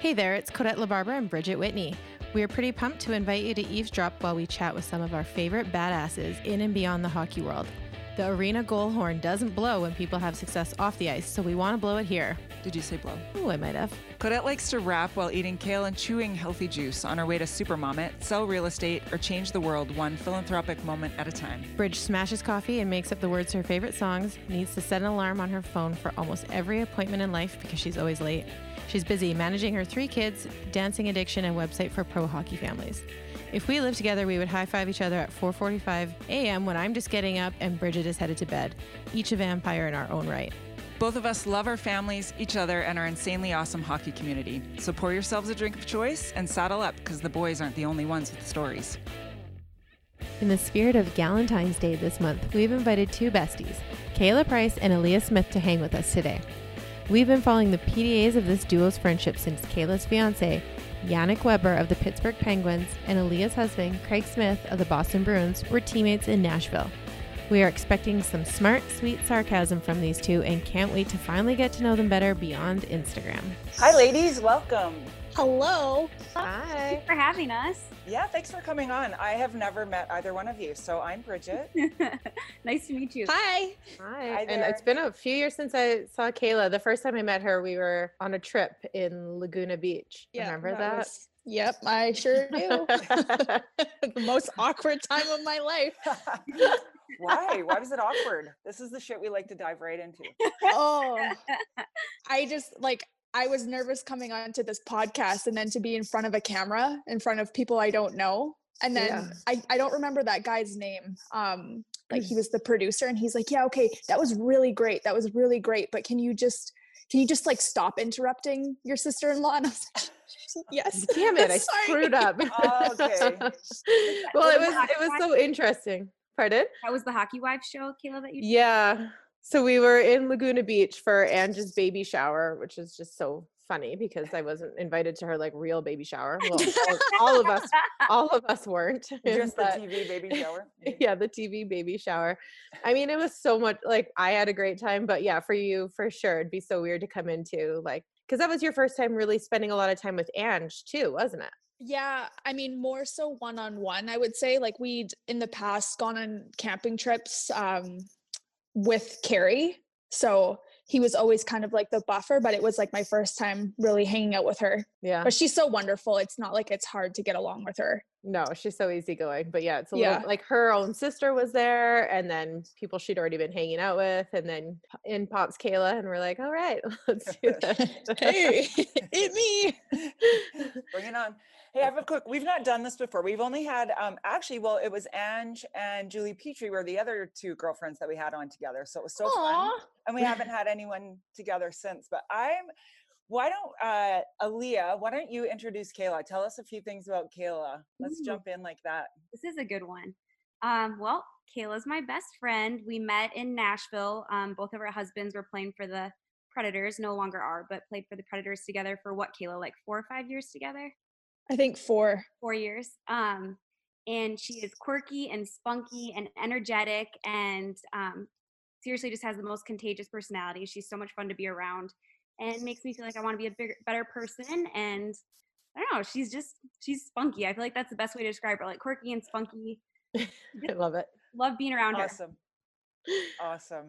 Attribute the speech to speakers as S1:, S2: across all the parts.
S1: Hey there, it's Codette LaBarbera and Bridget Whitney. We are pretty pumped to invite you to eavesdrop while we chat with some of our favorite badasses in and beyond the hockey world. The arena goal horn doesn't blow when people have success off the ice, so we want to blow it here.
S2: Did you say blow?
S1: Oh, I might have.
S2: Codette likes to rap while eating kale and chewing healthy juice on her way to supermom it, sell real estate, or change the world one philanthropic moment at a time.
S1: Bridge smashes coffee and makes up the words to her favorite songs, needs to set an alarm on her phone for almost every appointment in life because she's always late. She's busy managing her three kids, dancing addiction, and website for pro hockey families. If we lived together, we would high-five each other at 4.45 a.m. when I'm just getting up and Bridget is headed to bed, each a vampire in our own right.
S2: Both of us love our families, each other, and our insanely awesome hockey community. So pour yourselves a drink of choice and saddle up because the boys aren't the only ones with stories.
S1: In the spirit of Galentine's Day this month, we've invited two besties, Kayla Price and Aaliyah Smith, to hang with us today. We've been following the PDAs of this duo's friendship since Kayla's fiance, Yannick Weber of the Pittsburgh Penguins, and Aaliyah's husband, Craig Smith of the Boston Bruins, were teammates in Nashville. We are expecting some smart, sweet sarcasm from these two and can't wait to finally get to know them better beyond Instagram.
S2: Hi, ladies. Welcome.
S3: Hello.
S1: Hi.
S3: Thanks for having us.
S2: Yeah, thanks for coming on. I have never met either one of you, so I'm Bridget.
S3: nice to meet you.
S4: Hi.
S1: Hi.
S2: Hi
S1: and
S2: there.
S1: it's been a few years since I saw Kayla. The first time I met her, we were on a trip in Laguna Beach. Remember that?
S4: was- yep, I sure do. the most awkward time of my life.
S2: Why? Why was it awkward? This is the shit we like to dive right into.
S4: Oh, I just like I was nervous coming onto this podcast and then to be in front of a camera in front of people I don't know. And then
S1: Yeah.
S4: I, I don't remember that guy's name. Um, like
S1: Mm.
S4: he was the producer and he's like, Yeah, okay, that was really great. That was really great. But can you just can you just like stop interrupting your sister-in-law? And I was like, Yes.
S1: Damn it, I
S4: Sorry.
S1: screwed up.
S2: Oh, okay.
S1: well,
S3: What
S1: it
S3: was
S1: was it
S3: the
S1: was so interesting. Pardon?
S3: That was the Hockey Wives show, Kayla, that you
S1: Yeah. So we were in Laguna Beach for Angie's baby shower, which is just so funny because I wasn't invited to her like real baby shower. Well, all, all of us all of us weren't.
S2: Just the
S1: but-
S2: TV baby shower.
S1: yeah the tv baby shower i mean it was so much like i had a great time but yeah for you for sure it'd be so weird to come into like because that was your first time really spending a lot of time with ange too wasn't it
S4: Yeah, I mean more so one on one, I would say. Like we'd in the past gone on camping trips um with Carrie. So he was always kind of like the buffer, but it was like my first time really hanging out with her.
S1: yeah
S4: But she's so wonderful. It's not like it's hard to get along with her.
S1: no she's so easygoing but yeah it's a little
S4: Yeah.
S1: like her own sister was there and then people she'd already been hanging out with and then p- in pops kayla and we're like all right let's do this
S4: it me.
S2: Bring it on. Hey,
S1: Oh.
S2: I have a quick. We've not done this before. We've only had, um, actually, well, it was Ange and Julie Petrie were the other two girlfriends that we had on together. So it was so fun.
S4: Aw.
S2: And we haven't had anyone together since. But I'm, why don't, uh, Aaliyah, why don't you introduce Kayla? Tell us a few things about Kayla. Let's
S3: Ooh.
S2: jump in like that.
S3: this is a good one. Um, well, Kayla's my best friend. We met in Nashville. Um, both of our husbands were playing for the Predators, no longer are, but played for the Predators together for what, Kayla, like four or five years together?
S4: I think four.
S3: four years. Um, and she is quirky and spunky and energetic and um, seriously just has the most contagious personality. She's so much fun to be around and makes me feel like I want to be a bigger, better person. And I don't know, she's just, she's spunky. I feel like that's the best way to describe her like quirky and spunky.
S1: i love it
S3: Love being around her.
S2: Awesome. Awesome.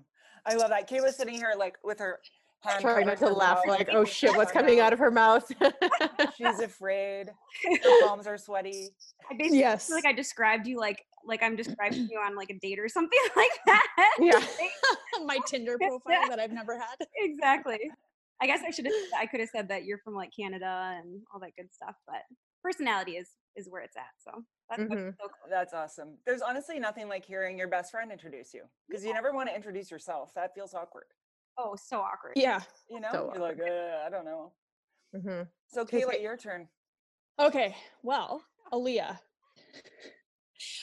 S2: I love that. Kayla's sitting here like with her hand
S1: trying
S2: covered
S1: not to
S2: with
S1: laugh
S2: gloves.
S1: like oh shit what's
S2: I
S1: coming
S2: know.
S1: out of her mouth
S2: She's afraid. Her palms are sweaty.
S3: I basically
S4: Yes.
S3: feel like I described you like, like I'm describing you on like a date or something like that.
S1: yeah
S4: my Tinder profile that I've never had.
S3: exactly. I guess I should have. I could have said that you're from like Canada and all that good stuff, but personality is is where it's at. So that's what's
S4: Mm-hmm.
S1: Mhm.
S3: so cool.
S2: That's awesome. There's honestly nothing like hearing your best friend introduce you because you never want to introduce yourself. That feels awkward.
S3: Oh, so awkward.
S4: Yeah.
S2: You know,
S1: So
S2: you're like, uh, I don't know.
S1: hmm
S2: So,
S1: Okay,
S2: Kayla,
S1: great.
S2: your turn.
S4: Okay, well, Aaliyah.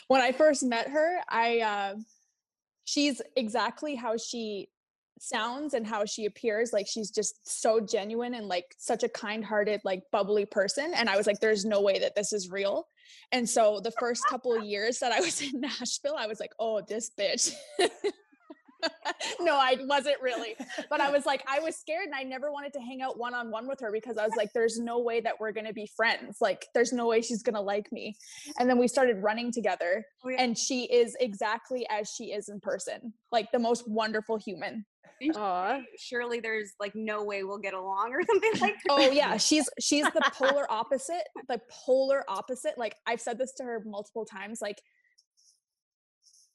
S4: When I first met her, I uh, she's exactly how she sounds and how she appears. Like she's just so genuine and like such a kind-hearted, like bubbly person. And I was like, "There's no way that this is real." And so the first couple years that I was in Nashville, I was like, "Oh, this bitch." no, I wasn't really. But I was like, I was scared and I never wanted to hang out one on one with her because I was like, there's no way that we're going to be friends. Like, there's no way she's going to like me. And then we started running together
S3: Oh, yeah.
S4: and she is exactly as she is in person, like the most wonderful human.
S1: Aw.
S3: Surely there's like no way we'll get along or something like that.
S4: Oh yeah, she's she's the polar opposite, the polar opposite. Like I've said this to her multiple times like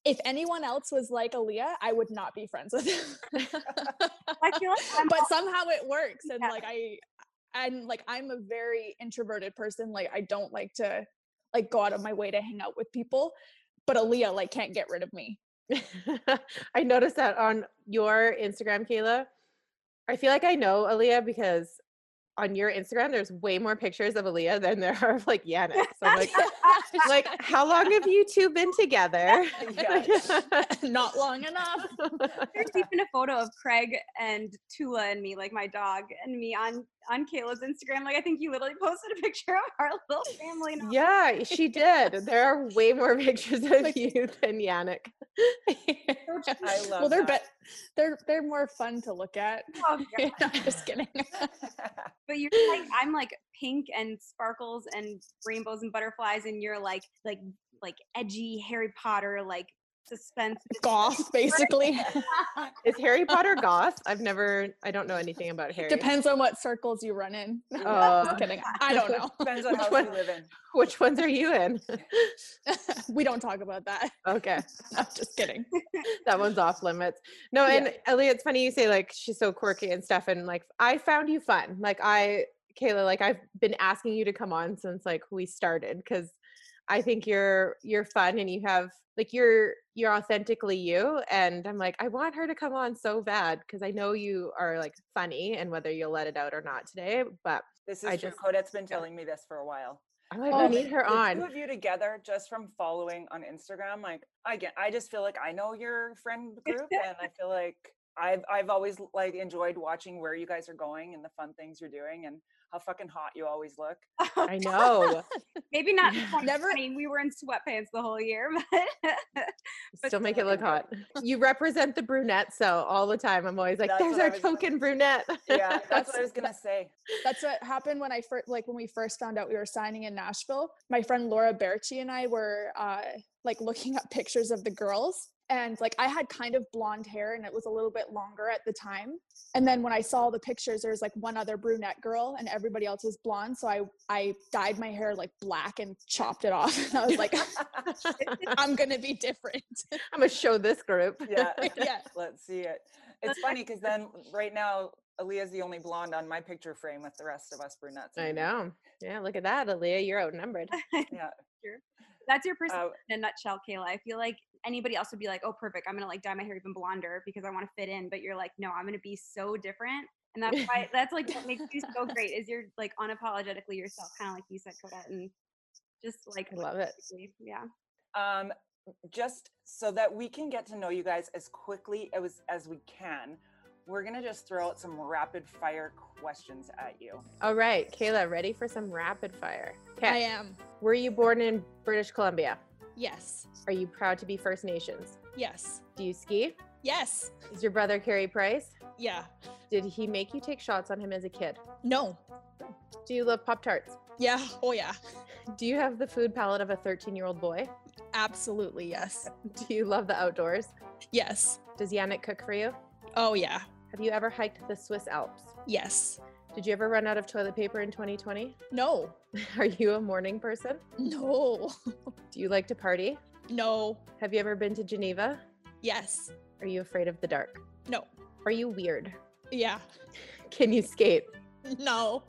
S4: if anyone else was like Aaliyah, I would not be friends with them.
S3: I feel like I'm
S4: but somehow it works and
S3: Yeah.
S4: like i i'm like i'm a very introverted person like i don't like to like go out of my way to hang out with people but Aaliyah like can't get rid of me
S1: I noticed that on your Instagram, Kayla. I feel like I know Aaliyah because on your Instagram, there's way more pictures of Aaliyah than there are of like Yannick. So I'm like, like, how long have you two been together?
S2: Yeah.
S4: not long enough
S3: There's even a photo of Craig and Tula and me, like my dog and me on on Kayla's Instagram. Like I think you literally posted a picture of our little family. And yeah.
S1: yeah, she did. There are way more pictures of you than Yannick.
S2: I love
S4: well they're
S2: that.
S4: bet they're they're more fun to look at
S3: oh,
S4: i'm just kidding
S3: But you're like I'm like pink and sparkles and rainbows and butterflies, and you're like like like edgy Harry Potter like suspense.
S4: goth basically
S1: Is Harry Potter goth? I've never, I don't know anything about Harry.
S4: depends on what circles you run in
S1: Oh,
S4: just kidding i don't know
S2: Depends on
S1: Which
S2: how
S1: one?
S2: you live in.
S1: which ones are you in?
S4: we don't talk about that
S1: Okay.
S4: i'm just kidding
S1: that one's off limits. No,
S4: Yeah.
S1: and Ellie, it's funny you say like she's so quirky and stuff, and like I found you fun. Like I, Kayla, like I've been asking you to come on since like we started because I think you're you're fun and you have like you're you're authentically you, and I'm like I want her to come on so bad because I know you are like funny and whether you'll let it out or not today, but
S2: This is
S1: I
S2: true.
S1: just-
S2: Colette's been telling me this for a while.
S1: I'm like
S4: Oh,
S1: I need her
S2: the
S1: on.
S2: Two of you together, just from following on Instagram, like I get, I just feel like I know your friend group, and I feel like I've I've always like enjoyed watching where you guys are going and the fun things you're doing and how fucking hot you always look.
S1: I know.
S3: Maybe not.
S1: Yeah.
S3: Never. we were in sweatpants the whole year, but But
S1: Still make it
S3: still,
S1: look hot. You represent the brunette, so all the time I'm always like,
S2: That's
S1: "There's
S2: what I
S1: our
S2: was gonna-
S1: token brunette."
S2: Yeah, that's what I
S4: That's-
S2: was gonna say.
S4: That's what happened when I first, like when we first found out we were signing in Nashville. My friend Laura Berchi and I were uh, like looking up pictures of the girls, and like I had kind of blonde hair and it was a little bit longer at the time. And then when I saw the pictures, there was like one other brunette girl, and everybody else was blonde. So I I dyed my hair like black and chopped it off, and I was like, I'm gonna be different.
S1: I'm gonna show this group.
S2: yeah,
S4: yeah,
S2: let's see it. It's funny because then right now Aaliyah's the only blonde on my picture frame with the rest of us brunettes. in
S1: I
S2: here.
S1: know. Yeah, look at that, Aaliyah. You're outnumbered.
S2: Yeah.
S3: that's your person
S2: Uh,
S3: in a nutshell, Kayla. I feel like anybody else would be like, "Oh, perfect. I'm gonna like dye my hair even blonder because I want to fit in." But you're like, "No, I'm gonna be so different." And that's why that's like what makes you so great is you're like unapologetically yourself, kind of like you said, Koda, and just like
S1: I love it.
S3: authentically, Yeah,
S2: um, just so that we can get to know you guys as quickly as, as we can, we're going to just throw out some rapid fire questions at you.
S1: All right, Kayla, ready for some rapid fire?
S4: I
S1: Okay.
S4: am.
S1: Were you born in British Columbia?
S4: Yes,
S1: Are you proud to be First Nations?
S4: yes,
S1: Do you ski?
S4: yes.
S1: Is your brother Carey Price?
S4: Yeah.
S1: Did he make you take shots on him as a kid?
S4: No.
S1: Do you love Pop Tarts?
S4: Yeah. Oh yeah.
S1: Do you have the food palate of a 13 year old boy?
S4: Absolutely. Yes.
S1: Do you love the outdoors?
S4: Yes.
S1: Does Yannick cook for you?
S4: Oh yeah.
S1: Have you ever hiked the Swiss Alps?
S4: Yes.
S1: Did you ever run out of toilet paper in 2020?
S4: No.
S1: Are you a morning person?
S4: No.
S1: Do you like to party?
S4: No.
S1: Have you ever been to Geneva?
S4: Yes.
S1: Are you afraid of the dark?
S4: No.
S1: Are you weird?
S4: Yeah.
S1: Can you skate?
S4: No.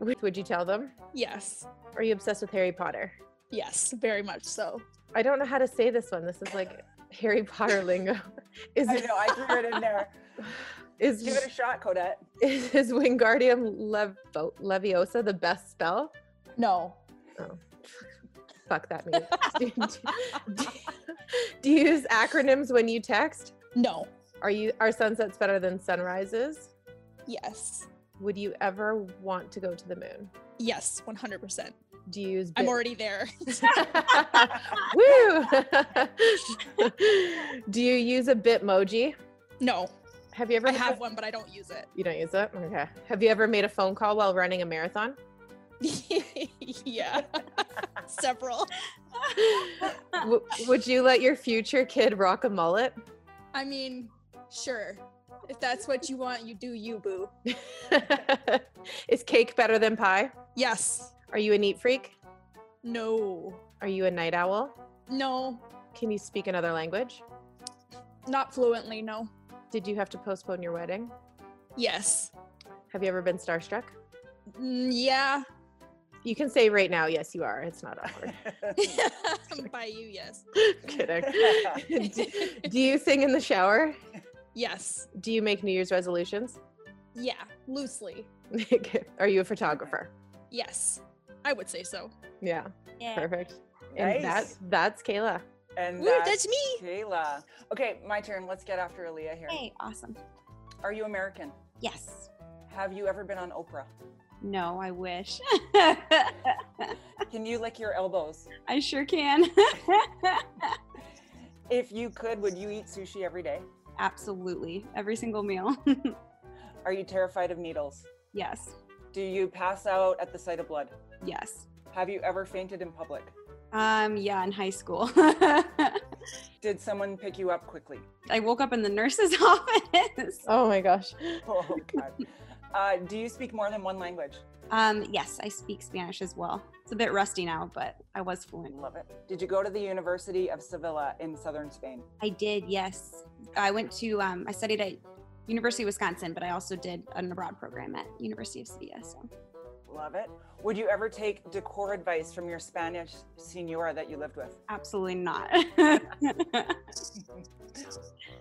S1: Would would you tell them?
S4: Yes.
S1: Are you obsessed with Harry Potter?
S4: Yes. Very much so.
S1: I don't know how to say this one. This is like Harry Potter lingo. Is
S2: I know, I threw it in there.
S1: is
S2: Give it a shot, Codette.
S1: is, is Wingardium Levo- Leviosa the best spell?
S4: No.
S1: Fuck that means. do, do- do- do you use acronyms when you text?
S4: No.
S1: Are you are sunsets better than sunrises?
S4: Yes.
S1: Would you ever want to go to the moon?
S4: Yes. 100%.
S1: Do you use
S4: I'm
S1: bit-
S4: already there.
S1: Woo! Do you use a Bitmoji?
S4: No,
S1: Have you ever?
S4: I
S1: made a-
S4: have one, but I don't use it.
S1: You don't use it? Okay. Have you ever made a phone call while running a marathon?
S4: yeah, several.
S1: W- would you let your future kid rock a mullet?
S4: I mean, sure. If that's what you want, you do you, boo.
S1: Is cake better than pie?
S4: Yes.
S1: Are you a neat freak?
S4: No.
S1: Are you a night owl?
S4: No.
S1: Can you speak another language?
S4: Not fluently, no.
S1: Did you have to postpone your wedding?
S4: Yes.
S1: Have you ever been starstruck?
S4: Mm, yeah.
S1: You can say right now, yes, you are. It's not awkward.
S4: By you, yes.
S1: Kidding. do, do you sing in the shower?
S4: Yes.
S1: Do you make New Year's resolutions?
S4: Yeah. Loosely.
S1: are you a photographer?
S4: Yes. I would say so.
S1: Yeah,
S3: Yeah.
S1: perfect.
S2: nice.
S1: And that's that's Kayla.
S2: and
S4: Ooh,
S2: that's
S4: that's me.
S2: Kayla. Okay, my turn. Let's get after Aaliyah here.
S3: Hey, awesome.
S2: Are you American?
S3: Yes.
S2: Have you ever been on Oprah?
S3: No, I wish.
S2: Can you lick your elbows?
S3: I sure can.
S2: If you could, would you eat sushi every day?
S3: Absolutely. Every single meal.
S2: Are you terrified of needles?
S3: yes.
S2: Do you pass out at the sight of blood?
S3: Yes.
S2: Have you ever fainted in public?
S3: Um, yeah, in high school.
S2: Did someone pick you up quickly?
S3: I woke up in the nurse's office.
S1: Oh my gosh.
S2: Oh God. Uh, do you speak more than one language?
S3: Um, yes, I speak Spanish as well. It's a bit rusty now, but I was fluent.
S2: Love it. Did you go to the University of Sevilla in southern Spain?
S3: I did, yes. I went to um, I studied at University of Wisconsin, but I also did an abroad program at University of Sevilla. So
S2: Love it. Would you ever take decor advice from your Spanish senora that you lived with?
S3: absolutely not.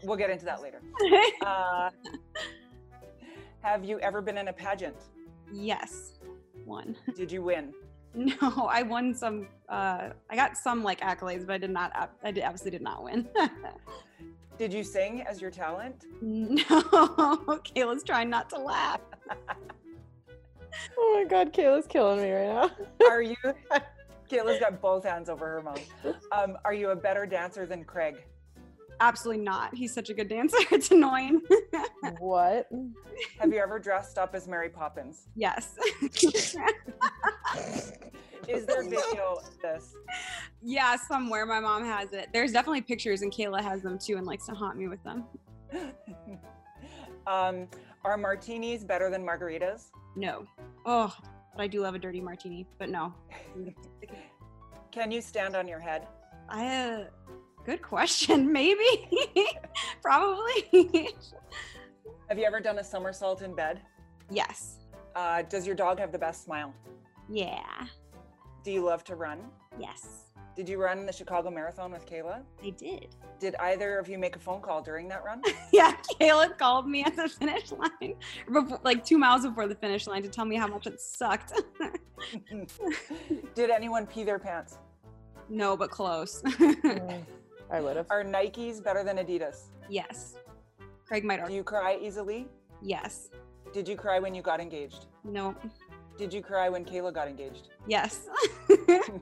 S2: We'll get into that later. Uh, have you ever been in a pageant?
S3: yes, one.
S2: Did you win?
S3: No, I won some. Uh, I got some like accolades, but I did not. ab- I did, obviously did not win.
S2: Did you sing as your talent?
S3: no. Okay, let's try not to laugh.
S1: Oh my god, Kayla's killing me right
S2: Are you? Kayla's got both hands over her mouth. Um, are you a better dancer than Craig?
S3: Absolutely not. He's such a good dancer. It's annoying.
S1: now. what?
S2: Have you ever dressed up as Mary Poppins?
S3: Yes.
S2: Is there video of this?
S3: yeah, somewhere my mom has it. There's definitely pictures, and Kayla has them too, and likes to haunt me with them.
S2: um, are martinis better than margaritas?
S3: No. Oh, but I do love a dirty martini. But no,
S2: Can you stand on your head?
S3: I. Uh, good question. Maybe. Probably.
S2: Have you ever done a somersault in bed?
S3: yes.
S2: Uh, does your dog have the best smile?
S3: Yeah.
S2: Do you love to run?
S3: Yes.
S2: Did you run the Chicago Marathon with Kayla?
S3: I did.
S2: Did either of you make a phone call during that run?
S3: Yeah, Kayla called me at the finish line, before, like two miles before the finish line, to tell me how much it sucked.
S2: Did anyone pee their pants?
S3: no, but close.
S1: I would have.
S2: Are Nikes better than Adidas?
S3: yes. Craig might
S2: Do
S3: argue.
S2: you cry easily?
S3: Yes.
S2: Did you cry when you got engaged?
S3: No.
S2: Did you cry when Kayla got engaged?
S3: Yes.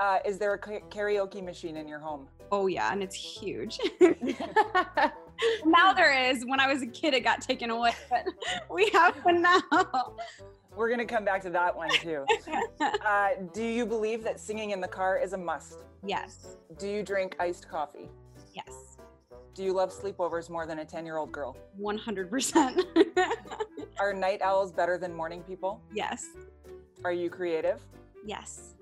S2: Uh, is there a ka- karaoke machine in your home?
S3: oh yeah, and it's huge. now there is. When I was a kid, it got taken away, but we have one now.
S2: We're going to come back to that one too. Uh, do you believe that singing in the car is a must?
S3: yes.
S2: Do you drink iced coffee?
S3: Yes.
S2: Do you love sleepovers more than a 10 year old girl?
S3: One hundred percent.
S2: Are night owls better than morning people?
S3: Yes.
S2: Are you creative?
S3: Yes.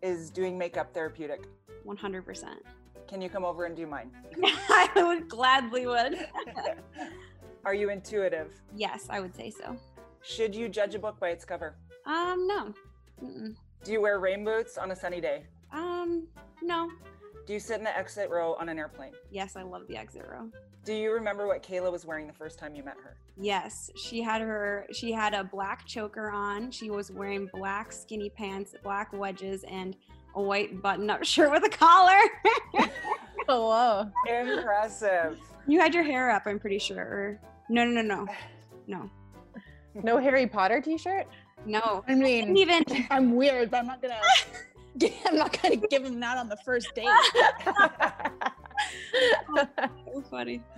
S2: Is doing makeup therapeutic?
S3: One hundred percent.
S2: Can you come over and do mine?
S3: I would gladly would.
S2: Are you intuitive?
S3: Yes, I would say so.
S2: Should you judge a book by its cover?
S3: Um, no. Mm-mm.
S2: Do you wear rain boots on a sunny day?
S3: Um, no.
S2: Do you sit in the exit row on an airplane?
S3: Yes, I love the exit row.
S2: Do you remember what Kayla was wearing the first time you met her?
S3: Yes, she had her. She had a black choker on. She was wearing black skinny pants, black wedges, and a white button-up shirt with a collar.
S1: Hello.
S2: Impressive.
S3: you had your hair up, I'm pretty sure. Or no, no, no, no, no,
S1: No Harry Potter t-shirt?
S3: no.
S4: I
S3: I
S4: mean,
S3: didn't even.
S4: I'm weird, but I'm not gonna. I'm not gonna give him that on the first date.
S3: So funny.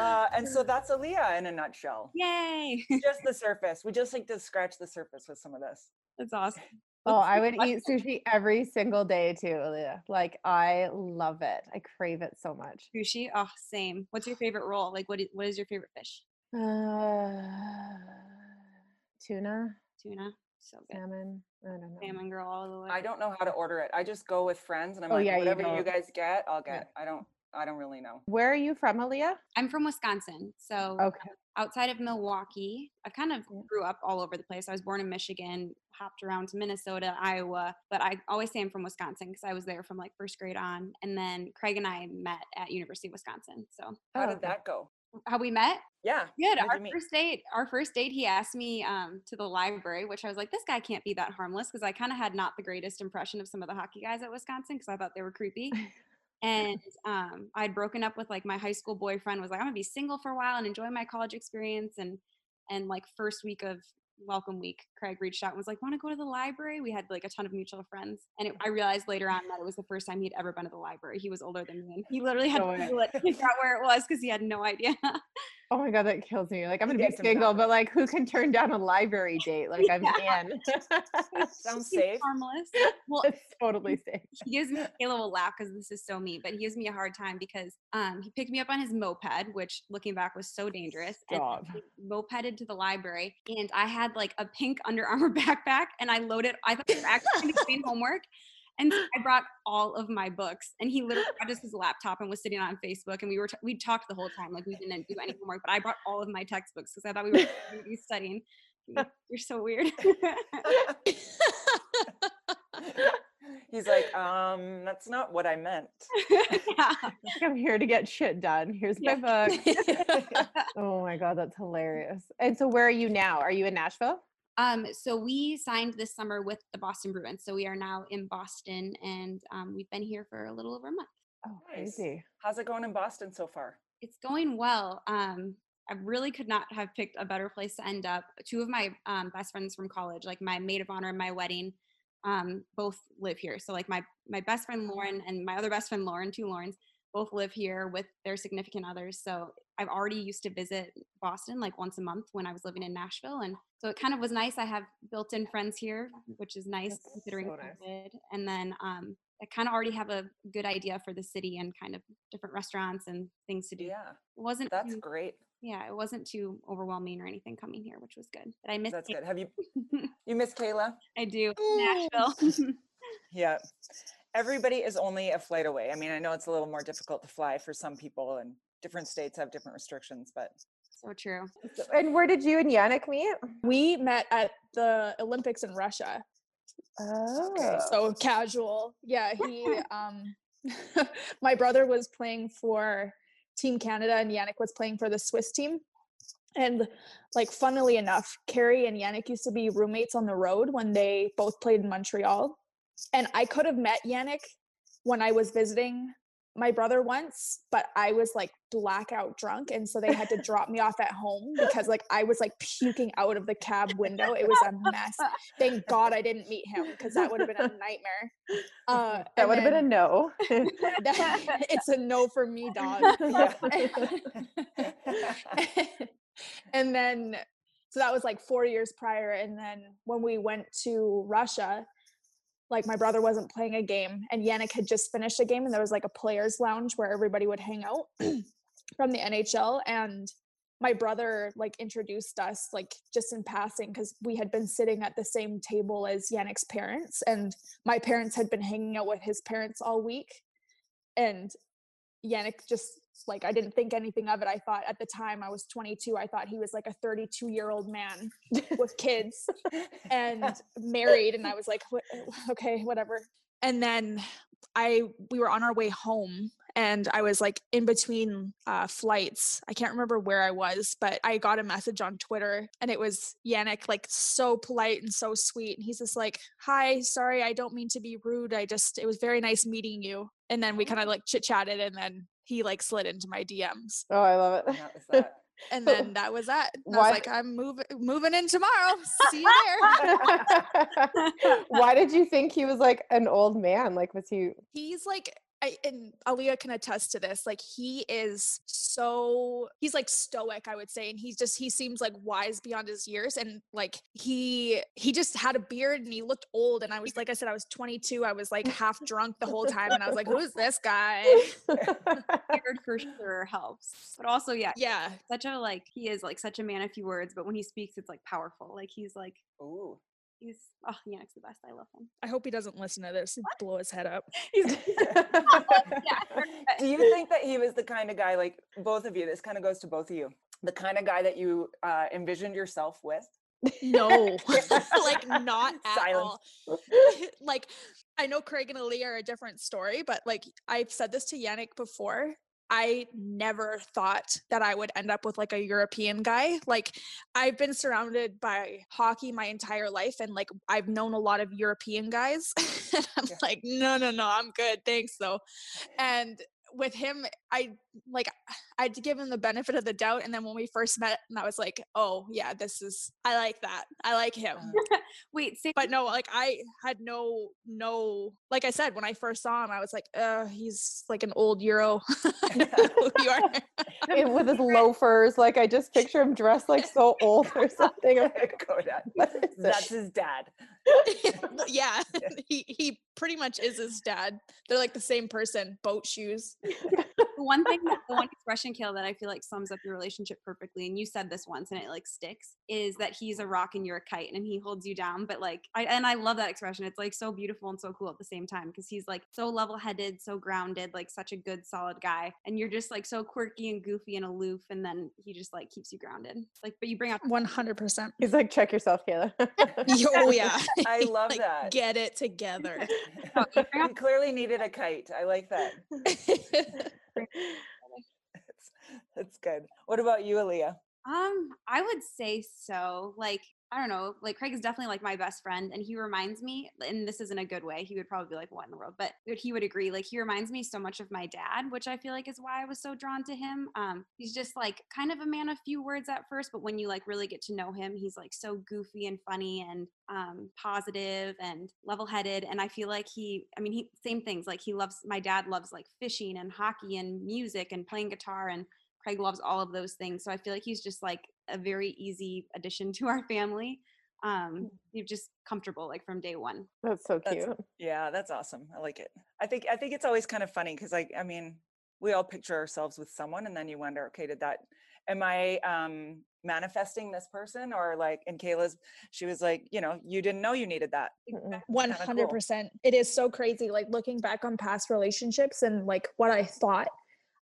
S2: Uh, and so that's Aaliyah in a nutshell.
S3: Yay.
S2: Just the surface. We just like to scratch the surface with some of this.
S3: That's awesome.
S1: Oh,
S3: Let's
S1: I
S3: see
S1: would
S3: what-
S1: eat sushi every single day too, Aaliyah. Like I love it. I crave it so much.
S3: sushi. Oh, same. What's your favorite roll? Like, what is, what is your favorite fish?
S1: Uh, tuna,
S3: Tuna. So good.
S1: salmon. I don't know.
S3: Salmon girl all the way.
S2: I don't know how to order it. I just go with friends and I'm
S1: Oh,
S2: like,
S1: yeah, you
S2: whatever you,
S1: don't.
S2: guys get, I'll
S1: Yeah.
S2: get. I don't, I don't really know.
S1: Where are you from, Aaliyah?
S3: I'm from Wisconsin, so
S1: Okay.
S3: outside of Milwaukee. I kind of
S1: Yeah.
S3: grew up all over the place. I was born in Michigan, hopped around to Minnesota, Iowa, but I always say I'm from Wisconsin because I was there from like first grade on. And then Craig and I met at University of Wisconsin. So
S2: How
S1: Oh,
S2: did
S1: okay.
S2: that go?
S3: how we met?
S2: Yeah.
S3: Good.
S2: how'd you
S3: Our
S2: meet?
S3: first date, our first date, he asked me um, to the library, which I was like, this guy can't be that harmless because I kind of had not the greatest impression of some of the hockey guys at Wisconsin because I thought they were creepy. and um, I'd broken up with like my high school boyfriend. Was like, I'm gonna be single for a while and enjoy my college experience. And and like first week of welcome week, Craig reached out and was like, want to go to the library? We had like a ton of mutual friends. And it, I realized later on that it was the first time he'd ever been to the library. He was older than me, and he literally had
S1: Oh,
S3: to
S1: yeah.
S3: Google it to figure out where it was because he had no idea.
S1: Oh my god, that kills me. Like I'm
S2: You
S1: gonna be
S2: guys are
S1: single,
S2: valid.
S1: but like who can turn down a library date? Like I'm in.
S2: Sounds
S3: Seems
S2: safe.
S3: harmless. Well,
S1: it's totally safe.
S3: he gives me Kayla will laugh because this is so me, but he gives me a hard time because um, he picked me up on his moped, which looking back was so dangerous.
S1: Stop.
S3: And we mopeded to the library, and I had like a pink Under Armour backpack, and I loaded. I thought we were actually doing homework. And so I brought all of my books, and he literally brought just his laptop and was sitting on Facebook, and we were t- we talked the whole time, like we didn't do any homework. But I brought all of my textbooks because I thought we were gonna be studying. You're so weird.
S2: He's like, um, that's not what I meant.
S3: yeah.
S1: Like, I'm here to get shit done. Here's my book. Oh my god, that's hilarious. And so where are you now? Are you in Nashville?
S3: Um, so we signed this summer with the Boston Bruins. So we are now in Boston, and um, we've been here for a little over a month.
S1: Oh,
S2: Nice.
S1: crazy.
S2: How's it going in Boston so far?
S3: It's going well. Um, I really could not have picked a better place to end up. Two of my um, best friends from college, like my maid of honor and my wedding, um, both live here. So like my my best
S1: Oh.
S3: friend Lauren and my other best friend Lauren, two Laurens, both live here with their significant others. So I've already used to visit Boston like once a month when I was living in Nashville, and so it kind of was nice. I have built-in friends here, which is nice
S1: That's
S3: considering
S1: so nice.
S3: COVID. And then um, I kind of already have a good idea for the city and kind of different restaurants and things to do.
S2: Yeah,
S3: It wasn't
S2: that's
S3: too-
S2: great.
S3: yeah, it wasn't too overwhelming or anything coming here, which was good. But I miss
S2: That's
S3: it.
S2: good. Have you you miss Kayla?
S3: I do
S1: Mm.
S3: Nashville.
S2: Yeah. Everybody is only a flight away. I mean, I know it's a little more difficult to fly for some people and different states have different restrictions, but
S3: so true.
S1: So- And where did you and Yannick meet?
S4: We met at the Olympics in Russia.
S1: Oh.
S4: So casual. Yeah, he um my brother was playing for Team Canada and Yannick was playing for the Swiss team. And like funnily enough, Carrie and Yannick used to be roommates on the road when they both played in Montreal. And I could have met Yannick when I was visiting my brother once, but I was like blackout drunk. And so they had to drop me off at home because like I was like puking out of the cab window. It was a mess. Thank God I didn't meet him because that would have been a nightmare. Uh,
S1: That would have been a no.
S4: a it's a no for me, dog. and then so that was like four years prior and then when we went to russia like my brother wasn't playing a game and yannick had just finished a game and there was like a players lounge where everybody would hang out from the nhl and my brother like introduced us like just in passing because we had been sitting at the same table as yannick's parents and my parents had been hanging out with his parents all week and Yannick just like I didn't think anything of it. I thought at the time I was 22. I thought he was like a 32 year old man with kids and married, and I was like, "What- uh, okay, whatever. And then I we were on our way home, and I was like in between uh, flights. I can't remember where I was, but I got a message on Twitter, and it was Yannick, like so polite and so sweet. And he's just like, "Hi, sorry, I don't mean to be rude. I just it was very nice meeting you." And then we kind of like chit chatted, and then he like slid into my DMs,
S1: oh, I love
S2: And
S1: it.
S2: that was that.
S4: and then that was that. And I
S1: Why-
S4: was like, "I'm moving moving in tomorrow. See you there."
S1: Why did you think he was like an old man? Like, was he?
S4: he's like I, and Aaliyah can attest to this. Like he is so he's like stoic, I would say, and he's just he seems like wise beyond his years. And like he he just had a beard and he looked old. And I was like I said, I was 22. I was like half drunk the whole time, and I was like, who's this guy?
S3: Beard for sure helps, but also yeah,
S4: Yeah,
S3: such a like he is like such a man of few words, but when he speaks, it's like powerful. Like he's like
S2: Ooh.
S3: he's oh Yannick's the best. I love him.
S4: I hope he doesn't listen to this and blow his head up.
S3: He's
S2: Do you think that he was the kind of guy, like both of you, this kind of goes to both of you, the kind of guy that you uh, envisioned yourself with?
S4: No, like not at
S2: Silence.
S4: all. like I know Craig and Ali are a different story, but like I've said this to Yannick before. I never thought that I would end up with like a European guy. Like I've been surrounded by hockey my entire life and like I've known a lot of European guys. and I'm
S2: Yeah.
S4: like, no, no, no, I'm good. Thanks though. And with him, I like I'd give him the benefit of the doubt. And then when we first met and I was like, oh yeah, this is I like that. I like him
S2: Uh,
S3: wait, say
S4: but no like i had no no like i said when i first saw him i was like uh he's like an old euro I don't know who you are
S1: And with his loafers, like I just picture him dressed like so old or something. I'm like,
S2: Kodak.
S1: what is
S2: That's
S1: this?
S2: his dad.
S4: yeah he he pretty much is his dad they're like the same person boat shoes
S3: the one thing that the one expression kill that I feel like sums up your relationship perfectly, and you said this once and it like sticks, is that he's a rock and you're a kite and he holds you down. But like I and I love that expression. It's like so beautiful and so cool at the same time because he's like so level headed, so grounded, like such a good, solid guy. And you're just like so quirky and goofy and aloof, and then he just like keeps you grounded. Like, but you bring out
S4: 100%
S1: He's like, check yourself, Kayla.
S4: oh yeah
S2: I love
S4: Like,
S2: that.
S4: get it together
S3: you bring out
S2: he clearly needed a kite. I like that. That's, that's good. What about you, Aaliyah?
S3: Um, I would say so. Like, I don't know. Like, Craig is definitely like my best friend, and he reminds me, and this isn't a good way. He would probably be like, "What in the world?" But but he would agree. Like, he reminds me so much of my dad, which I feel like is why I was so drawn to him. Um, he's just like kind of a man of few words at first, but when you like really get to know him, he's like so goofy and funny and um, positive and level-headed. And I feel like he, I mean, he same things. Like, he loves my dad loves like fishing and hockey and music and playing guitar and Craig loves all of those things. So I feel like he's just like a very easy addition to our family. Um, you're just comfortable like from day one.
S1: That's so
S2: That's-
S1: cute.
S2: Yeah, that's awesome. I like it. I think I think it's always kind of funny because like I mean, we all picture ourselves with someone and then you wonder, okay, did that am I um manifesting this person or like in Kayla's she was like, you know, you didn't know you needed that.
S1: Mm-mm.
S4: One
S2: kinda
S4: hundred
S2: cool.
S4: percent. It is so crazy. Like looking back on past relationships and like what I thought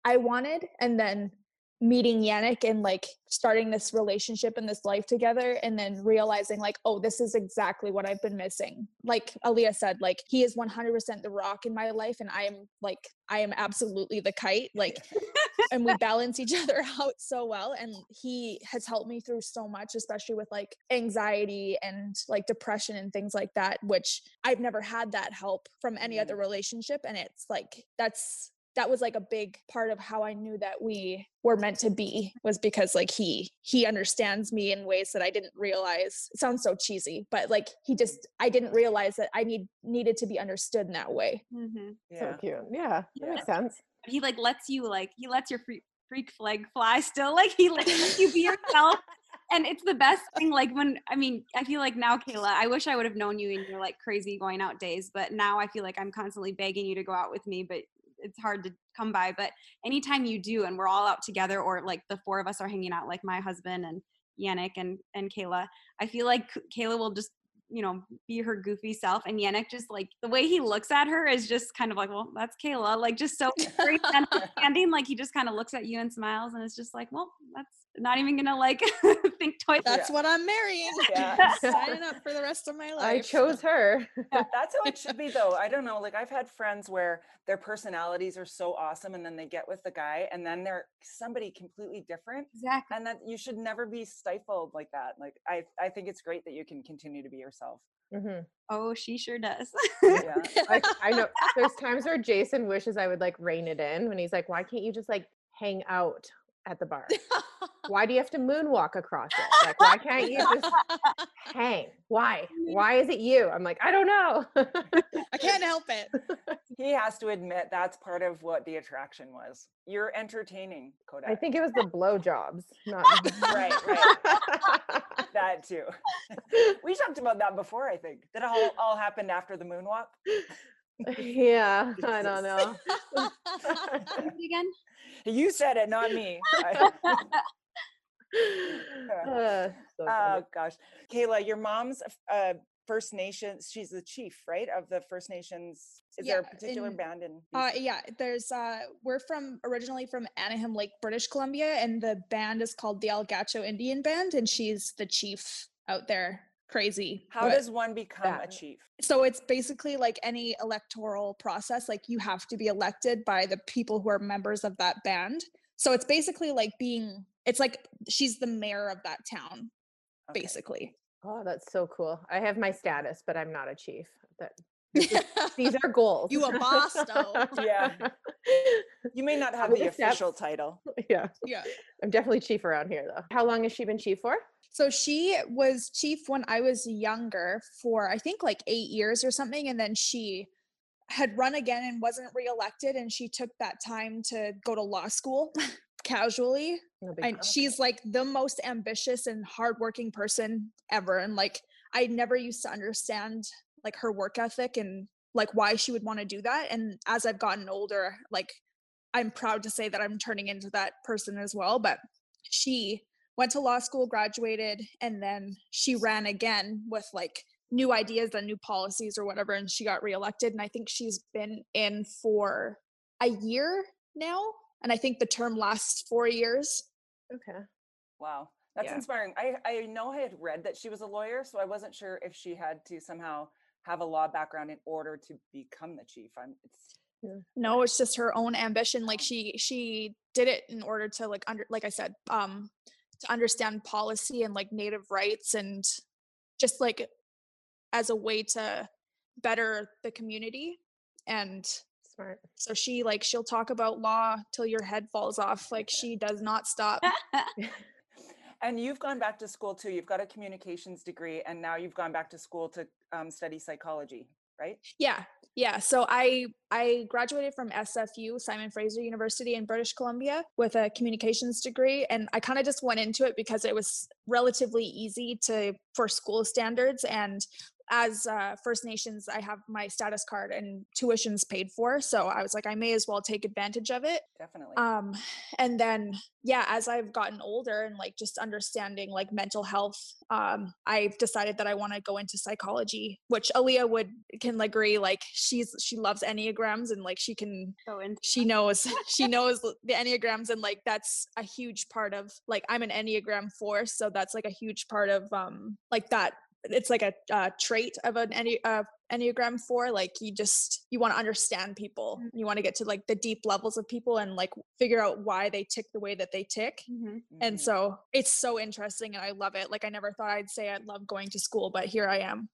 S4: I wanted, and then meeting Yannick and like starting this relationship and this life together, and then realizing like, oh, this is exactly what I've been missing. Like Aaliyah said, like he is one hundred percent the rock in my life, and I am like I am absolutely the kite. Like and we balance each other out so well and he has helped me through so much especially with like anxiety and like depression and things like that which i've never had that help from any
S1: Mm.
S4: other relationship and it's like that's that was like a big part of how i knew that we were meant to be was because like he he understands me in ways that i didn't realize it sounds so cheesy but like he just i didn't realize that i need needed to be understood in that way
S1: So
S2: Yeah.
S1: cute. Yeah. That
S2: Yeah.
S1: makes sense.
S3: But he like lets you like he lets your freak freak flag fly still. Like he lets you be yourself. And it's the best thing. Like when I mean, I feel like now, Kayla, I wish I would have known you in your like crazy going out days, but now I feel like I'm constantly begging you to go out with me, but it's hard to come by. But anytime you do and we're all out together or like the four of us are hanging out, like my husband and Yannick and, and Kayla, I feel like K- Kayla will just, you know, be her goofy self. And Yannick just like the way he looks at her is just kind of like, well, that's Kayla. Like just so very understanding. Like he just kind of looks at you and smiles and it's just like, well, that's not even gonna like think twice.
S4: that's
S2: Yeah.
S4: what i'm marrying
S2: Yeah.
S4: signing up for the rest of my life
S1: I chose her.
S2: That's how it should be though. I don't know. Like I've had friends where their personalities are so awesome and then they get with the guy and then they're somebody completely different.
S3: Exactly.
S2: And that you should never be stifled like that. Like I, I think it's great that you can continue to be yourself.
S1: Mhm.
S3: Oh, she sure does.
S2: Yeah.
S1: Like I know there's times where Jason wishes I would like rein it in when he's like, why can't you just like hang out at the bar? Why do you have to moonwalk across it? Like, why can't you just hang? Why? Why is it you? I'm like, I don't know.
S5: I can't help it.
S2: He has to admit that's part of what the attraction was. You're entertaining, Kodak.
S1: I think it was the blowjobs, not
S2: Right,
S1: right.
S2: that too. we talked about that before, I think. That all, all happened after the moonwalk.
S1: yeah, I don't know.
S3: Do it again?
S2: You said it, not me. I-
S1: Uh, so
S2: oh
S1: funny.
S2: gosh. Kayla, your mom's uh, First Nations, she's the chief, right? Of the First Nations. Is there a
S4: Yeah,
S2: particular
S4: in-
S2: band in
S4: Uh,
S2: BC?
S4: yeah, there's uh, we're from originally from Anaheim Lake, British Columbia, and the band is called the El Gacho Indian Band, and she's the chief out there. Crazy.
S2: How
S4: but-
S2: does one become a
S1: that-
S2: chief?
S4: so it's basically like any electoral process, like you have to be elected by the people who are members of that band. So it's basically like being it's like she's the mayor of that town,
S2: Okay.
S4: basically.
S1: Oh, that's so cool. I have my status, but I'm not a chief. That this is- these are goals.
S5: You a boss, though.
S2: Yeah. You may not have
S1: What
S2: the
S1: are the steps?
S2: official title.
S1: yeah.
S4: yeah.
S1: I'm definitely chief around here though. How long has she been chief for?
S4: So she was chief when I was younger for I think like eight years or something. And then she had run again and wasn't reelected. And she took that time to go to law school casually.
S1: No big
S4: And
S1: deal.
S4: she's like the most ambitious and hardworking person ever. And like, I never used to understand like her work ethic and like why she would want to do that. And as I've gotten older, like, I'm proud to say that I'm turning into that person as well. But she went to law school, graduated, and then she ran again with like new ideas and new policies or whatever. And she got reelected. And I think she's been in for a year now. And I think the term lasts four years.
S1: okay.
S2: Wow. That's
S1: Yeah.
S2: inspiring. I, I know I had read that she was a lawyer, so I wasn't sure if she had to somehow have a law background in order to become the chief. I'm it's
S4: No, it's just her own ambition. Like she she did it in order to like under like I said, um to understand policy and like native rights and just like as a way to better the community. And
S1: Smart.
S4: so she like she'll talk about law till your head falls off. Like she does not stop.
S2: and you've gone back to school too. You've got a communications degree, and now you've gone back to school to um, study psychology, right?
S4: Yeah. Yeah. So I I graduated from SFU, Simon Fraser University in British Columbia with a communications degree. And I kind of just went into it because it was relatively easy to for school standards. And as uh, First Nations, I have my status card and tuition's paid for. So I was like, I may as well take advantage of it
S2: Definitely.
S4: um and then yeah as i've gotten older and like just understanding like mental health um i've decided that i want to go into psychology which Aaliyah would can agree like she's she loves enneagrams and like she can
S3: So in
S4: she knows she knows l- the enneagrams and like that's a huge part of like i'm an enneagram four so that's like a huge part of um like that it's like a uh, trait of an Enne- uh, enneagram four like you just you want to understand people
S3: Mm.
S4: you want to get to like the deep levels of people and like figure out why they tick the way that they tick
S3: Mhm.
S4: and
S2: Mhm.
S4: so it's so interesting and i love it like i never thought i'd say i'd love going to school but here i am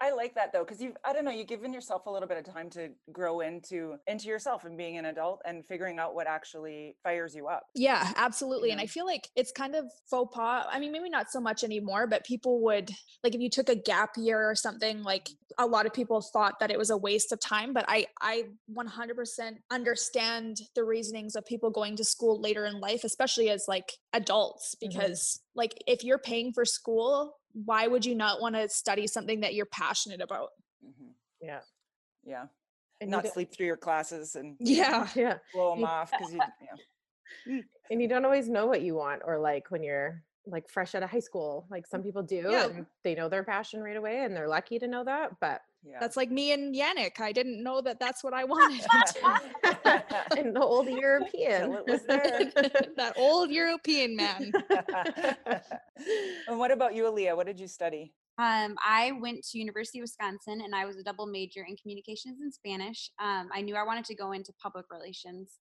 S2: I like that though, because you've I don't know, you've given yourself a little bit of time to grow into into yourself and being an adult and figuring out what actually fires you up.
S4: Yeah, absolutely. And
S2: know?
S4: I feel like it's kind of faux pas. I mean, maybe not so much anymore, but people would like if you took a gap year or something, like a lot of people thought that it was a waste of time, but I I 100% understand the reasonings of people going to school later in life, especially as like adults
S1: Mhm.
S4: because like if you're paying for school, why would you not want to study something that you're passionate about?
S2: Mhm.
S1: Yeah.
S2: Yeah.
S1: And you
S2: Not
S1: don't-
S2: sleep through your classes and
S4: Yeah.
S1: Yeah.
S2: blow them
S1: You-
S2: off because you yeah.
S1: And you don't always know what you want or like when you're like fresh out of high school. Like
S2: Mm,
S1: some people do
S4: Yeah.
S1: and they know their passion right away and they're lucky to know that, but
S2: yeah.
S4: That's like me and Yannick. I didn't know that that's what I wanted.
S1: and the old European.
S2: Till it was there.
S1: Mm,
S4: that old European man.
S2: and what about you, Aaliyah? What did you study?
S3: Um, I went to University of Wisconsin, and I was a double major in communications and Spanish. Um, I knew I wanted to go into public relations.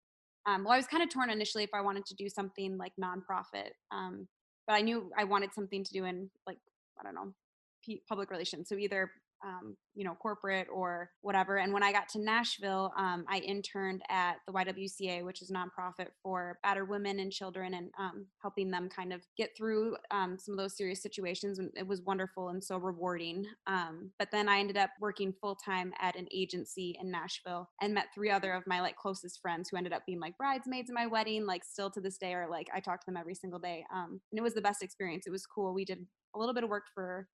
S3: Um, well, I was kind of torn initially if I wanted to do something like nonprofit, um, but I knew I wanted something to do in like I don't know, p- public relations. So either um, you know, corporate or whatever. And when I got to Nashville, um, I interned at the YWCA, which is a nonprofit for battered women and children and um, helping them kind of get through um, some of those serious situations. And it was wonderful and so rewarding. Um, but then I ended up working full time at an agency in Nashville and met three other of my like closest friends who ended up being like bridesmaids at my wedding, like still to this day, or like I talk to them every single day. Um, and it was the best experience. It was cool. We did a little bit of work for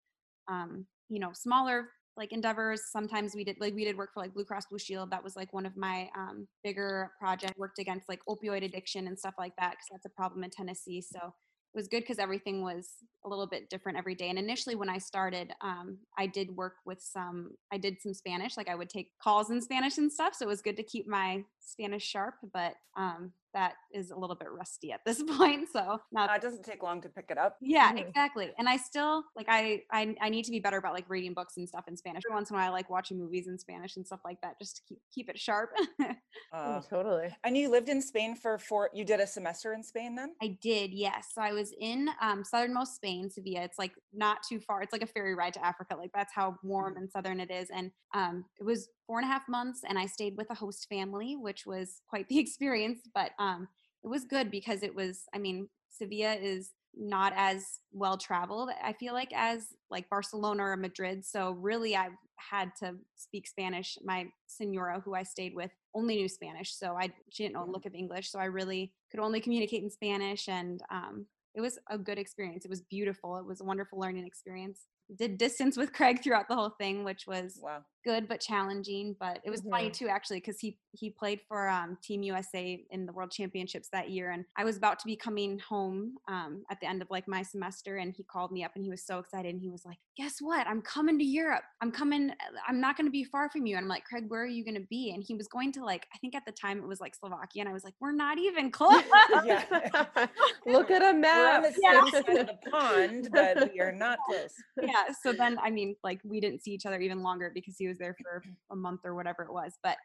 S3: um, you know, smaller like endeavors. Sometimes we did like we did work for like Blue Cross Blue Shield. That was like one of my um, bigger project worked against like opioid addiction and stuff like that because that's a problem in Tennessee. So it was good because everything was a little bit different every day. And initially, when I started, um, I did work with some. I did some Spanish, like I would take calls in Spanish and stuff. So it was good to keep my Spanish sharp, but um, that is a little bit rusty at this point. So not
S2: Uh, it doesn't take long to pick it up.
S3: yeah,
S1: Mhm.
S3: exactly. And I still like I, I I need to be better about like reading books and stuff in Spanish. Every once in a while, I like watching movies in Spanish and stuff like that, just to keep keep it sharp.
S2: Uh,
S1: totally.
S2: and you lived in Spain for four. You did a semester in Spain then.
S3: I did, yes. So I was in um, southernmost Spain, Sevilla. It's like not too far. It's like a ferry ride to Africa. Like that's how warm and southern it is. And um, it was four and a half months, and I stayed with a host family, which was quite the experience. But um, it was good because it was. I mean, Sevilla is not as well traveled. I feel like as like Barcelona or Madrid. So really, I had to speak Spanish. My senora, who I stayed with, only knew Spanish, so I she didn't know a look of English. So I really could only communicate in Spanish, and um, it was a good experience. It was beautiful. It was a wonderful learning experience. Did distance with Craig throughout the whole thing, which was
S2: Wow.
S3: good but challenging. But it was funny too, actually, because he he played for um, Team USA in the World Championships that year, and I was about to be coming home um, at the end of like my semester, and he called me up, and he was so excited, and he was like, "Guess what? I'm coming to Europe. I'm coming. uh, I'm not going to be far from you." And I'm like, "Craig, where are you going to be?" And he was going to like I think at the time it was like Slovakia, and I was like, "We're not even close."
S2: Yeah.
S1: Look at a
S2: We're on
S1: map.
S2: the same side of the pond, but we are not close.
S3: yeah so then i mean like we didn't see each other even longer because he was there for a month or whatever it was but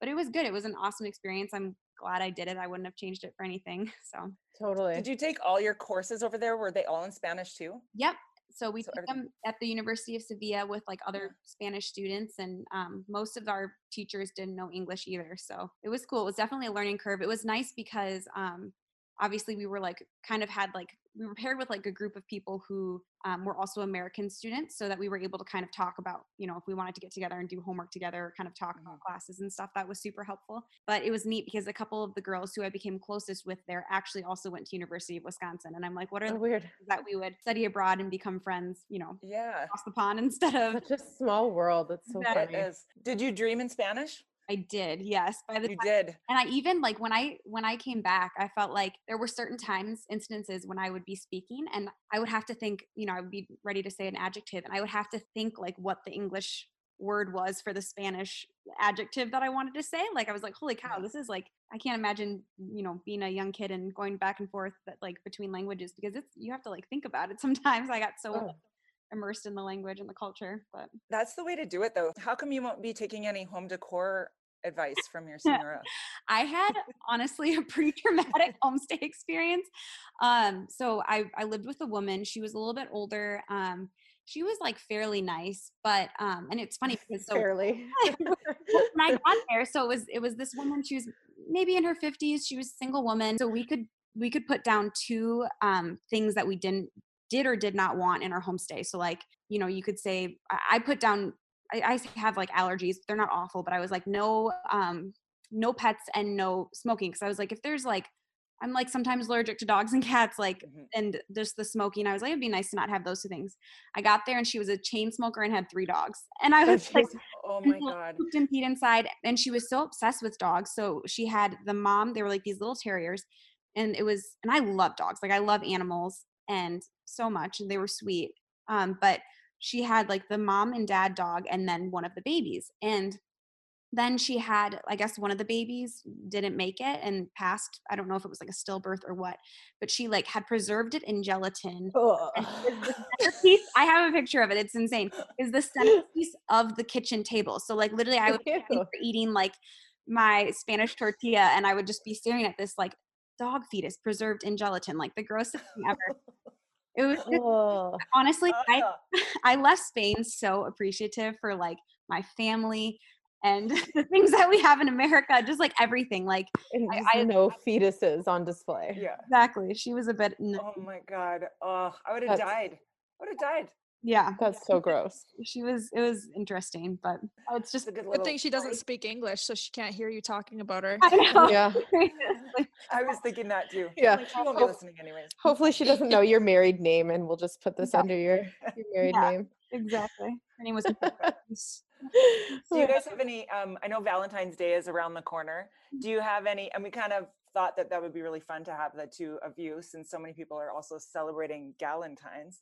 S3: but it was good it was an awesome experience i'm glad i did it i wouldn't have changed it for anything so
S1: Totally.
S2: Did you take all your courses over there? Were they all in Spanish too?
S3: yep so we
S2: So
S3: took
S2: everything-
S3: them at the university of sevilla with like other spanish students and um, most of our teachers didn't know english either so it was cool it was definitely a learning curve it was nice because um, obviously we were like kind of had like we were paired with like a group of people who um, were also american students so that we were able to kind of talk about you know if we wanted to get together and do homework together or kind of talk about classes and stuff that was super helpful but it was neat because a couple of the girls who i became closest with there actually also went to university of wisconsin and i'm like what are
S1: Oh,
S3: the
S1: weird.
S3: chances that we would study abroad and become friends you know
S2: Yeah.
S3: across the pond instead of
S1: Such a small world. That's so
S3: That
S2: It
S1: funny.
S2: is. Did you dream in Spanish?
S3: i did yes by the
S2: You
S3: time
S2: did.
S3: and i even like when i when i came back i felt like there were certain times instances when i would be speaking and i would have to think you know i would be ready to say an adjective and i would have to think like what the english word was for the spanish adjective that i wanted to say like i was like holy cow this is like i can't imagine you know being a young kid and going back and forth but like between languages because it's you have to like think about it sometimes i got so
S1: Oh.
S3: immersed in the language and the culture but
S2: That's the way to do it though. How come you won't be taking any home decor advice from your senora?
S3: I had honestly a pretty traumatic homestay experience. Um, so I, I lived with a woman. She was a little bit older. Um, she was like fairly nice, but um, and it's funny because so
S1: Fairly.
S3: when I got there, so it was it was this woman. She was maybe in her fifties. She was a single woman. So we could we could put down two um, things that we didn't did or did not want in our homestay. So like you know you could say I, I put down I, I s- have like allergies. They're not awful, but I was like no um, no pets and no smoking because I was like if there's like I'm like sometimes allergic to dogs and cats like
S2: Mhm.
S3: and just the smoking. I was like it'd be nice to not have those two things. I got there and she was a chain smoker and had three dogs, and I was like
S2: Oh
S3: and
S2: my
S3: we'll
S2: god.
S3: pooped and peed inside. And she was so obsessed with dogs. So she had the mom, they were like these little terriers. And it was, and I love dogs. Like I love animals and so much. And they were sweet. Um, but she had like the mom and dad dog and then one of the babies. And then she had, I guess one of the babies didn't make it and passed. I don't know if it was like a stillbirth or what, but she like had preserved it in gelatin centerpiece- I have a picture of it. It's insane. Is the centerpiece of the kitchen table. So like literally, I would be sitting
S1: Ew.
S3: there eating like my Spanish tortilla, and I would just be staring at this like dog fetus preserved in gelatin, like the grossest thing ever. It was just-
S1: Oh,
S3: honestly, I
S2: Ugh.
S3: I left Spain so appreciative for like my family and the things that we have in America, just like everything. Like
S1: and
S3: I-
S1: just
S3: I-
S1: no fetuses on display.
S2: yeah.
S3: exactly, she was a bit. n-
S2: Oh my god. Oh, I would have
S1: That's-
S2: died. I would have died.
S3: Yeah,
S1: That's so gross.
S3: she was. It was interesting, but oh, it's
S2: It's
S3: just.
S2: a good
S4: Good
S2: little.
S4: thing she doesn't speak English, so she can't hear you talking about her.
S3: I know.
S1: Yeah.
S3: Seriously.
S2: I was thinking that too.
S1: Yeah.
S2: Like, she won't be
S1: Oh.
S2: listening anyways.
S1: Hopefully she doesn't know your married name and we'll just put this
S3: Yeah.
S1: under your, your married
S3: Yeah.
S1: name.
S3: exactly. Her name was. Mercedes.
S2: Do you guys have any? Um, I know Valentine's Day is around the corner. Do you have any? And we kind of thought that that would be really fun to have the two of you, since so many people are also celebrating Galentine's.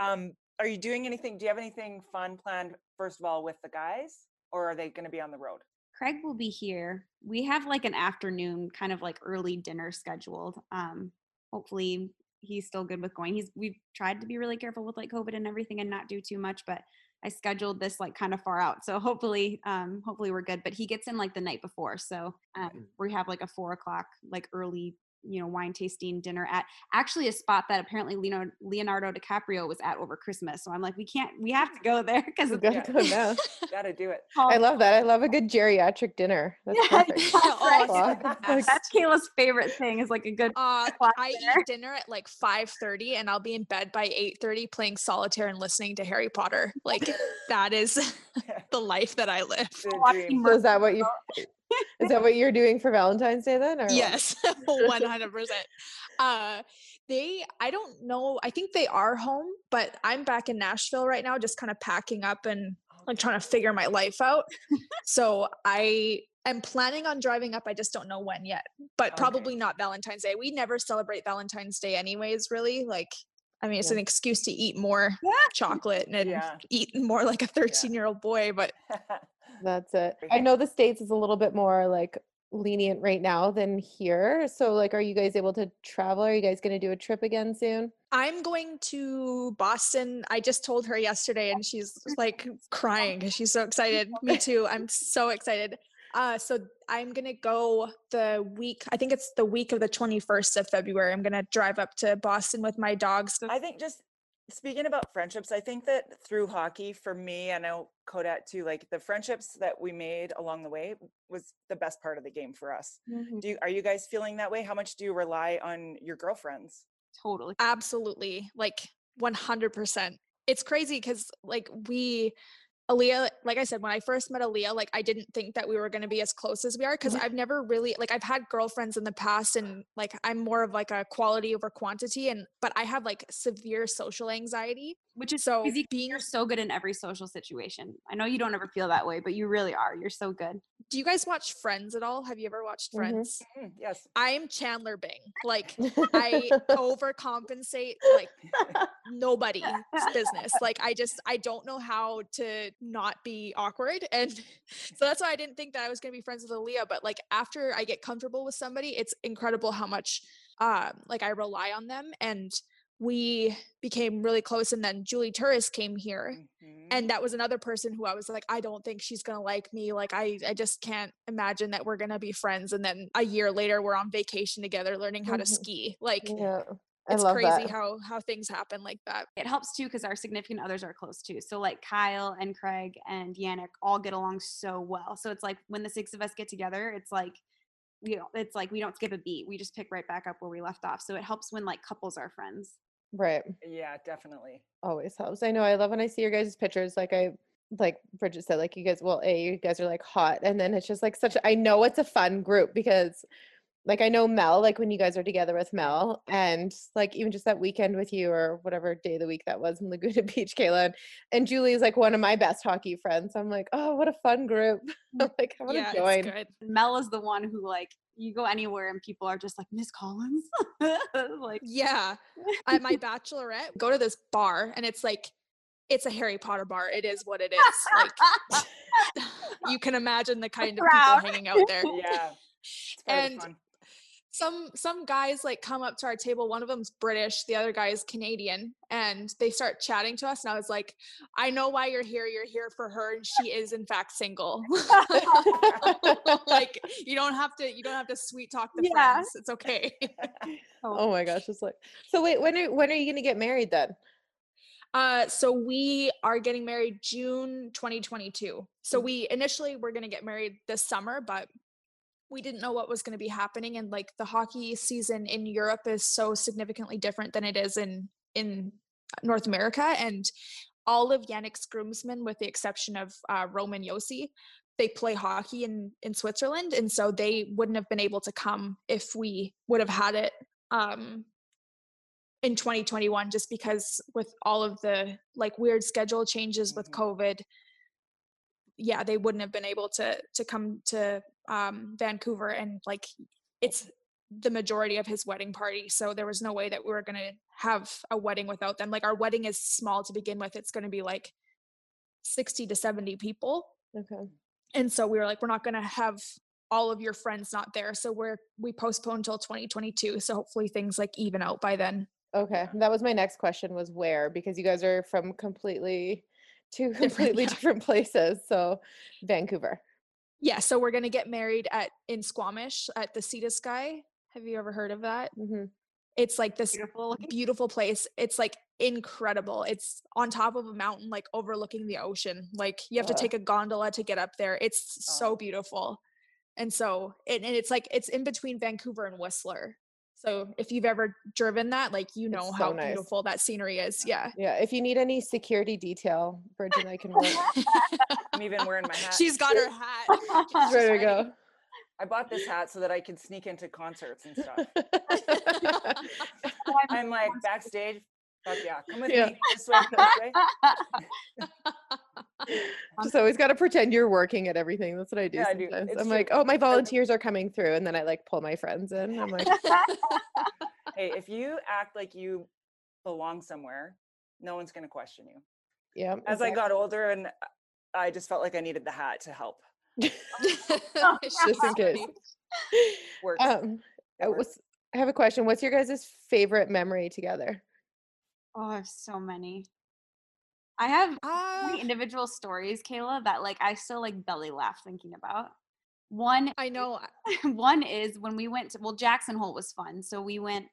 S2: Um, are you doing anything? Do you have anything fun planned? First of all, with the guys, or are they going to be on the road?
S3: Craig will be here. We have like an afternoon, kind of like early dinner scheduled. Um, hopefully he's still good with going. He's we've tried to be really careful with like COVID and everything and not do too much, but I scheduled this like kind of far out. So hopefully, um, hopefully we're good. But he gets in like the night before. So
S1: Mm.
S3: um, we have like a four o'clock, like early, you know, wine tasting dinner at actually a spot that apparently Leonardo, Leonardo DiCaprio was at over Christmas. So I'm like, we can't, we have to go there because
S1: We
S3: it's
S1: gotta
S2: Yeah.
S1: go now.
S2: Got to do it.
S1: Oh, I love that. I love a good geriatric dinner. That's
S3: Oh. Yeah,
S1: perfect.
S3: that's
S4: Oh,
S3: right.
S1: Fuck.
S4: Like,
S3: That's Kayla's favorite thing is like a good.
S4: Uh,
S3: Clock
S4: I
S3: there.
S4: eat dinner at like 5:30 and I'll be in bed by 8:30 playing solitaire and listening to Harry Potter. Like that is the life that I live.
S2: The
S3: watching
S2: dream.
S1: So is that what you is that what you're doing for Valentine's Day then? Or what?
S4: Yes, 100%. Uh they I don't know. I think they are home, but I'm back in Nashville right now just kind of packing up and like trying to figure my life out. so I am planning on driving up. I just don't know when yet, but
S2: Okay.
S4: probably not Valentine's Day. We never celebrate Valentine's Day, anyways, really. Like, I mean, it's
S1: Yeah.
S4: an excuse to eat more chocolate and
S2: Yeah.
S4: eat more like a 13 year old boy, but
S1: That's it. I know the States is a little bit more like lenient right now than here. So like are you guys able to travel? Are you guys gonna do a trip again soon?
S4: I'm going to Boston. I just told her yesterday and she's like crying because she's so excited. Me too. I'm so excited. Uh, so I'm going to go the week, I think it's the week of the 21st of February. I'm going to drive up to Boston with my dogs.
S2: I think just speaking about friendships, I think that through hockey, for me, I know Kodat too, like the friendships that we made along the way was the best part of the game for us.
S4: Um,
S2: Do you, are you guys feeling that way? How much do you rely on your girlfriends?
S3: Totally.
S4: Absolutely. Like 100%. It's crazy because, like, we, Aaliyah, like I said, when I first met Aaliyah, like, I didn't think that we were going to be as close as we are because I've never really, like, I've had girlfriends in the past and, like, I'm more of like a quality over quantity. And, but I have like severe social anxiety.
S3: Which is
S4: So
S3: so easy. Being you're so good in every social situation. I know you don't ever feel that way, but you really are. You're so good.
S4: Do you guys watch Friends at all? Have you ever watched
S1: Mhm.
S4: Friends?
S2: Mm, yes.
S4: I'm Chandler Bing. Like, I oh, overcompensate like nobody's business. Like I just I don't know how to not be awkward. And so that's why I didn't think that I was gonna be friends with Aaliyah. But like after I get comfortable with somebody, it's incredible how much um like I rely on them. And we became really close. And then Julie Turris came here
S2: Mhm.
S1: Mm-hmm.
S4: and that was another person who I was like, I don't think she's gonna like me. Like I, I just can't imagine that we're gonna be friends. And then a year later, we're on vacation together, learning how to
S1: Mhm.
S4: ski. Like
S1: Yeah. I
S4: it's
S1: love
S4: crazy
S1: that.
S4: how how things happen like that.
S3: It helps too because our significant others are close too. So like Kyle and Craig and Yannick all get along so well. So it's like when the six of us get together, it's like you know, it's like we don't skip a beat. We just pick right back up where we left off. So it helps when like couples are friends.
S1: right.
S2: Mm-hmm. yeah, definitely.
S1: Always helps. I know I love when I see your guys' pictures. Like I like Bridget said, like you guys well, A, you guys are like hot. And then it's just like such I know it's a fun group because like I know Mel, like when you guys are together with Mel, and like even just that weekend with you or whatever day of the week that was in Laguna Beach, Kayla, and, and Julie is like one of my best hockey friends. I'm like, oh, what a fun group! I'm like, I want to
S4: yeah, it's
S1: join.
S4: good.
S3: Mel is the one who like you go anywhere and people are just like Miss Collins. like
S4: Yeah, at my bachelorette, go to this bar, and it's like, it's a Harry Potter bar. It is what it is. Like you can imagine the kind of
S3: Proud.
S4: people hanging out there.
S2: Yeah. It's part of the
S4: And
S2: fun.
S4: some some guys like come up to our table one of them's british the other guy is canadian and they start chatting to us and i was like i know why you're here you're here for her and she is in fact single like you don't have to you don't have to sweet talk the
S1: Yeah.
S4: friends it's okay
S1: Oh my gosh, it's like so. Wait, when are when are you gonna get married then?
S4: uh so we are getting married june 2022 so we initially were going to get married this summer but we didn't know what was going to be happening and like the hockey season in europe is so significantly different than it is in in north america and all of yannick's groomsmen with the exception of uh, roman yossi they play hockey in in switzerland and so they wouldn't have been able to come if we would have had it um in 2021 just because with all of the like weird schedule changes with
S2: Mhm.
S4: covid yeah they wouldn't have been able to to come to um vancouver and like it's the majority of his wedding party so there was no way that we were going to have a wedding without them like our wedding is small to begin with it's going to be like 60 to 70 people
S1: Okay.
S4: and so we were like we're not going to have all of your friends not there so we're we postponed until 2022 so hopefully things like even out by then
S1: Okay. That was my next question was where because you guys are from completely two completely
S4: yeah.
S1: different places. So Vancouver.
S4: yeah so we're going to get married at in squamish at the sea sky have you ever heard of that
S1: Mhm.
S4: it's like this
S3: Beautiful.
S4: beautiful place. It's like incredible. It's on top of a mountain, like overlooking the ocean. Like you have to
S1: Wow.
S4: take a gondola to get up there. It's
S2: Oh.
S4: so beautiful. And so, and, and it's like, it's in between Vancouver and Whistler. So if you've ever driven that, like, you know
S1: so
S4: how
S1: nice.
S4: beautiful that scenery is. Yeah.
S1: Yeah. If you need any security detail, Bridge and I can work.
S2: I'm even wearing my hat.
S4: She's got her hat.
S1: She's ready to go.
S2: I bought this hat so that I could sneak into concerts and stuff. I'm like backstage. Fuck yeah, come with
S1: Yeah.
S2: me this way, this way.
S1: Just always got to pretend you're working at everything. That's what I do
S2: Um, Yeah, I do.
S1: sometimes.
S2: It's
S1: I'm
S2: true.
S1: like, oh, my volunteers are coming through, and then I like pull my friends in. I'm like,
S2: Hey, if you act like you belong somewhere, no one's gonna question you.
S1: yeah.
S2: As I got older, and uh, I just felt like I needed the hat to help.
S1: just in case.
S2: Work.
S4: Oh,
S1: Um,
S2: It
S1: uh,
S2: works.
S1: what's- I have a question. What's your guys' favorite memory together?
S3: Oh, I have so many. I have so
S4: Ah,
S3: many individual stories, Kayla, that like I still like belly laugh thinking about. One
S4: I know.
S3: one is when we went to well, Jackson Hole was fun. So we went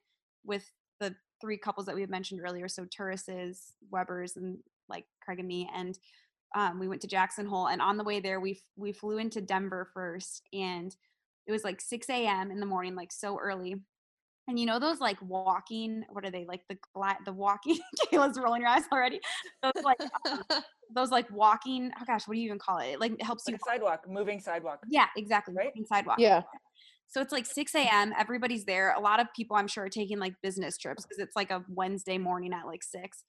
S3: with the three couples that we had mentioned earlier. So Turris's, Weber's, and like Craig and me. And um, we went to Jackson Hole. And on the way there, we f- we flew into Denver first and it was like 6 a.m. in the morning, like so early. And you know those like walking, what are they like the gla- the walking? Kayla's rolling her eyes already. Those like um, those like walking. Oh gosh, what do you even call it? It like it helps
S2: Like
S3: you.
S2: a sidewalk, moving sidewalk.
S3: Yeah, exactly.
S2: right?
S3: Walking sidewalk.
S1: Yeah.
S3: So it's like 6 a.m. Everybody's there. A lot of people, I'm sure, are taking like business trips because it's like a Wednesday morning at like six.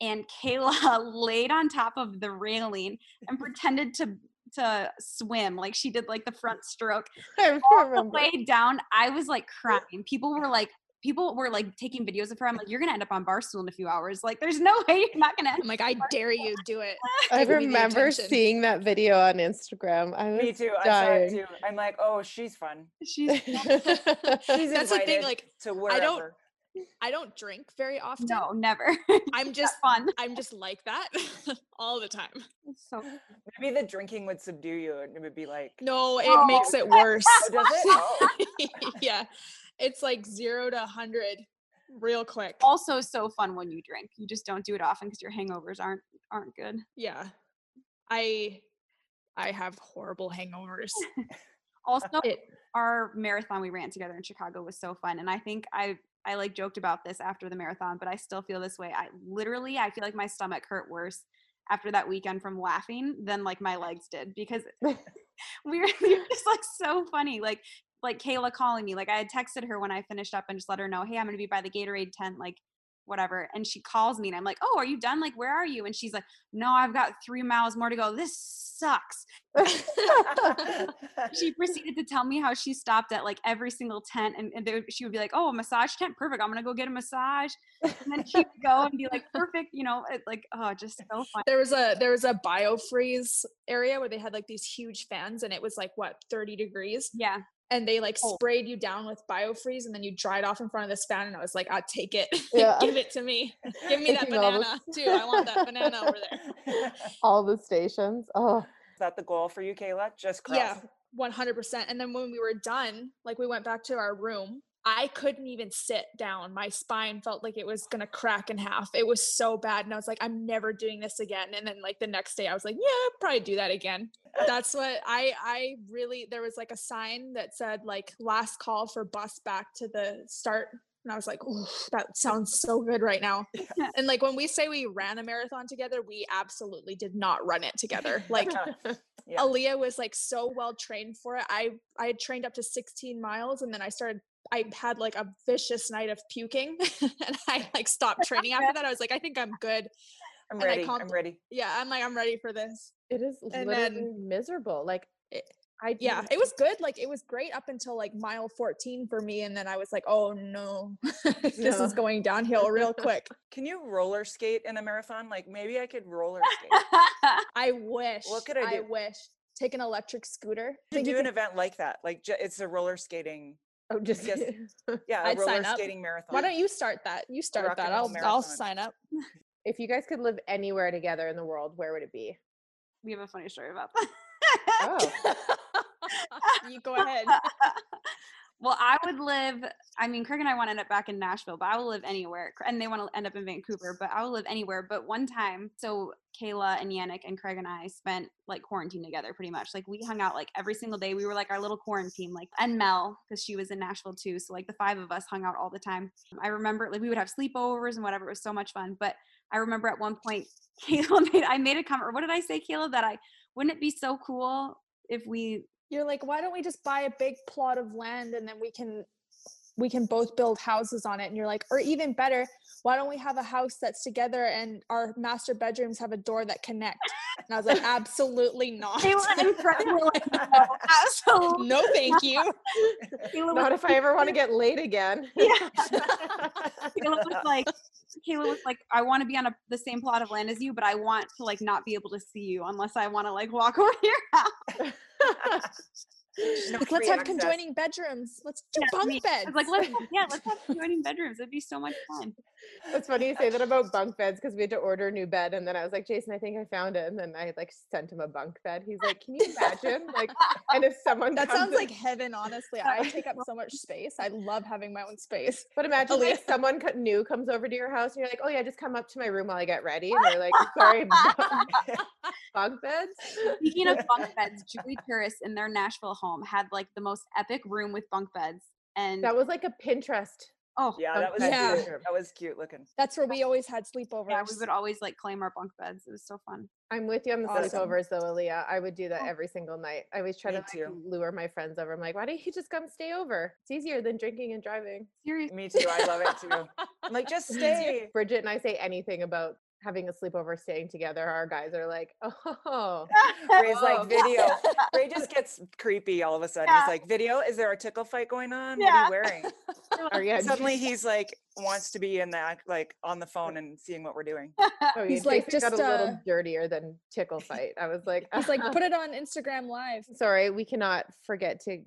S3: And Kayla laid on top of the railing and pretended to to swim. Like she did like the front stroke.
S1: I
S2: Oh,
S3: All the
S1: remember.
S3: way down, I was like crying. People were like, people were like taking videos of her. I'm like, you're gonna end up on Barstool in a few hours. Like, there's no way you're not gonna end
S4: I'm like, I dare you do it.
S1: I
S4: Give me the
S1: remember
S4: attention.
S1: seeing that video on Instagram. I
S2: Me
S1: was
S2: too. I saw it
S1: dying.
S2: too. I'm like, oh, she's fun.
S3: She's
S2: She's
S4: That's the
S2: invited
S4: thing. Like,
S2: to wherever.
S4: I don't- I don't drink very often.
S3: no, never.
S4: I'm just
S3: Fun.
S4: I'm just like that all the time.
S3: So
S2: Maybe the drinking would subdue you, and it would be like,
S4: No, it
S3: Oh.
S4: makes it worse.
S2: oh, does it? Oh.
S4: yeah. It's like 0 to 100 real quick.
S3: also so fun when you drink. You just don't do it often because your hangovers aren't aren't good.
S4: Yeah. I I have horrible hangovers.
S3: Also,
S4: It
S3: our marathon we ran together in Chicago was so fun. And I think I I like joked about this after the marathon, but I still feel this way. I literally I feel like my stomach hurt worse after that weekend from laughing than like my legs did because we were just like so funny. Like like Kayla calling me. Like I had texted her when I finished up and just let her know, hey, I'm gonna be by the Gatorade tent, like whatever. And she calls me and I'm like, Oh, are you done? Like, where are you? And she's like, No, I've got three miles more to go. This sucks she proceeded to tell me how she stopped at like every single tent and, and they would- she would be like oh a massage tent perfect i'm gonna go get a massage and then she would go and be like perfect you know it, like oh just so fun
S4: there was a there was a biofreeze area where they had like these huge fans and it was like what 30 degrees
S3: yeah
S4: and they like
S2: Oh.
S4: sprayed you down with biofreeze and then you dried off in front of this fan and I was like, I'll take it.
S1: Yeah.
S4: Give it to me. Give me that
S1: Taking all the-
S4: banana too. I want that banana over there.
S2: Oh."
S1: all the stations. Oh,
S2: Is that the goal for you, Kayla? Just cross.
S4: Yeah, one hundred percent. And then when we were done, like we went back to our room, I couldn't even sit down. My spine felt like it was gonna crack in half. It was so bad, and I was like, I'm never doing this again. And then like the next day, I was like, Yeah, I'll probably do that again. That's what I I really there was like a sign that said like last call for bus back to the start. And I was like, Ooh, that sounds so good right now. And like when we say we ran a marathon together, we absolutely did not run it together. Like
S2: Yeah.
S4: Aaliyah was like so well trained for it. I I had trained up to 16 miles and then I started I had like a vicious night of puking and I like stopped training after that. I was like, I think I'm good.
S2: I'm
S4: and I
S2: ready.
S4: comped
S2: I'm ready.
S4: Yeah, I'm like, I'm ready for this.
S1: it is
S4: And
S1: literally
S4: then-
S1: miserable. Like, it, I
S4: Yeah,
S1: didn't-
S4: it was good. Like it was great up until like mile 14 for me. And then I was like, oh no, this
S1: No.
S4: is going downhill real quick.
S2: Can you roller skate in a marathon? Like maybe I could roller skate.
S4: I wish.
S2: could I do?
S4: wish. Take an electric scooter.
S2: to
S4: Think you
S2: do an
S4: can-
S2: event like that. Like ju- it's a roller skating.
S1: Oh, just
S2: Yes. Yeah, a
S4: I'd sign
S2: roller
S4: up.
S2: skating marathon.
S4: Why don't you start that? You start
S2: rock and
S4: that.
S2: roll
S4: I'll I'll
S2: marathon.
S4: sign up.
S1: if you guys could live anywhere together in the world, where would it be?
S3: we have a funny story about that.
S1: Oh,
S4: you go ahead.
S3: well, I would live. I mean, Craig and I want to end up back in Nashville, but I will live anywhere. Cr- And they want to end up in Vancouver, but I will live anywhere. But one time, so Kayla and Yannick and Craig and I spent like quarantine together, pretty much. Like we hung out like every single day. We were like our little quarantine, like and Mel because she was in Nashville too. So like the five of us hung out all the time. I remember like we would have sleepovers and whatever. It was so much fun. But I remember at one point, Kayla made I made a comment. Or what did I say, Kayla? That I wouldn't it be so cool if we
S4: you're like why don't we just buy a big plot of land and then we can we can both build houses on it and you're like or even better why don't we have a house that's together and our master bedrooms have a door that connect and i was like absolutely not
S3: They were incredible. No, absolutely.
S4: no thank you
S3: Kayla
S1: not
S3: was,
S1: if I ever want to get laid again.
S3: Yeah. Kayla was like, Kayla was like, I want to be on a, the same plot of land as you, but I want to like not be able to see you unless I want to like walk over your house.
S2: No free
S4: like, let's have
S2: access.
S4: conjoining bedrooms let's do
S3: Yeah,
S4: bunk
S3: me- I
S4: beds
S3: was like, let's have- yeah, let's have joining bedrooms. It'd be so much fun.
S1: That's funny you say that about bunk beds because we had to order a new bed, and then I was like, Jason, I think I found it, and then I like sent him a bunk bed. He's like, Can you imagine? Like, and if someone
S4: that
S1: comes
S4: sounds
S1: in-
S4: like heaven honestly i take up so much space i love having my own space
S1: But imagine
S4: Aaliyah-
S1: like someone co- new comes over to your house and you're like, oh yeah, just come up to my room while I get ready. And they're like, sorry, bu- bunk beds.
S3: Speaking of bunk beds, Julie Paris in their Nashville home had like the most epic room with bunk beds. And
S1: That was like a Pinterest.
S3: oh,
S2: yeah, that was
S1: Okay.
S4: Yeah.
S2: cute. that was cute looking.
S4: that's where we always had sleepovers
S3: yeah, we would always like claim our bunk beds. It was so fun.
S1: I'm with you on the
S4: Oh,
S2: Awesome.
S1: sleepovers though, Aaliyah. I would do that
S3: Oh.
S1: every single night. I always try
S2: Me
S1: to like,
S2: too.
S1: lure my friends over. I'm like, why don't you just come stay over? It's easier than drinking and driving.
S3: Seriously.
S2: Me too. I love it too. I'm like, just stay.
S1: Bridget and I say anything about having a sleepover, staying together. Our guys are like, oh,
S2: Ray's
S1: Oh.
S2: like video. Ray just gets creepy all of a sudden.
S3: Yeah.
S2: He's like, video? Is there a tickle fight going on?
S3: Yeah.
S2: What are you wearing?
S1: are you?
S2: Suddenly he's like wants to be in that like on the phone and seeing what we're doing.
S1: oh, yeah,
S4: He's like,
S1: Jason got
S4: "Just,
S1: a little
S4: uh,
S1: dirtier than tickle fight. I was like,
S4: he's like put it on instagram live
S1: sorry, we cannot forget to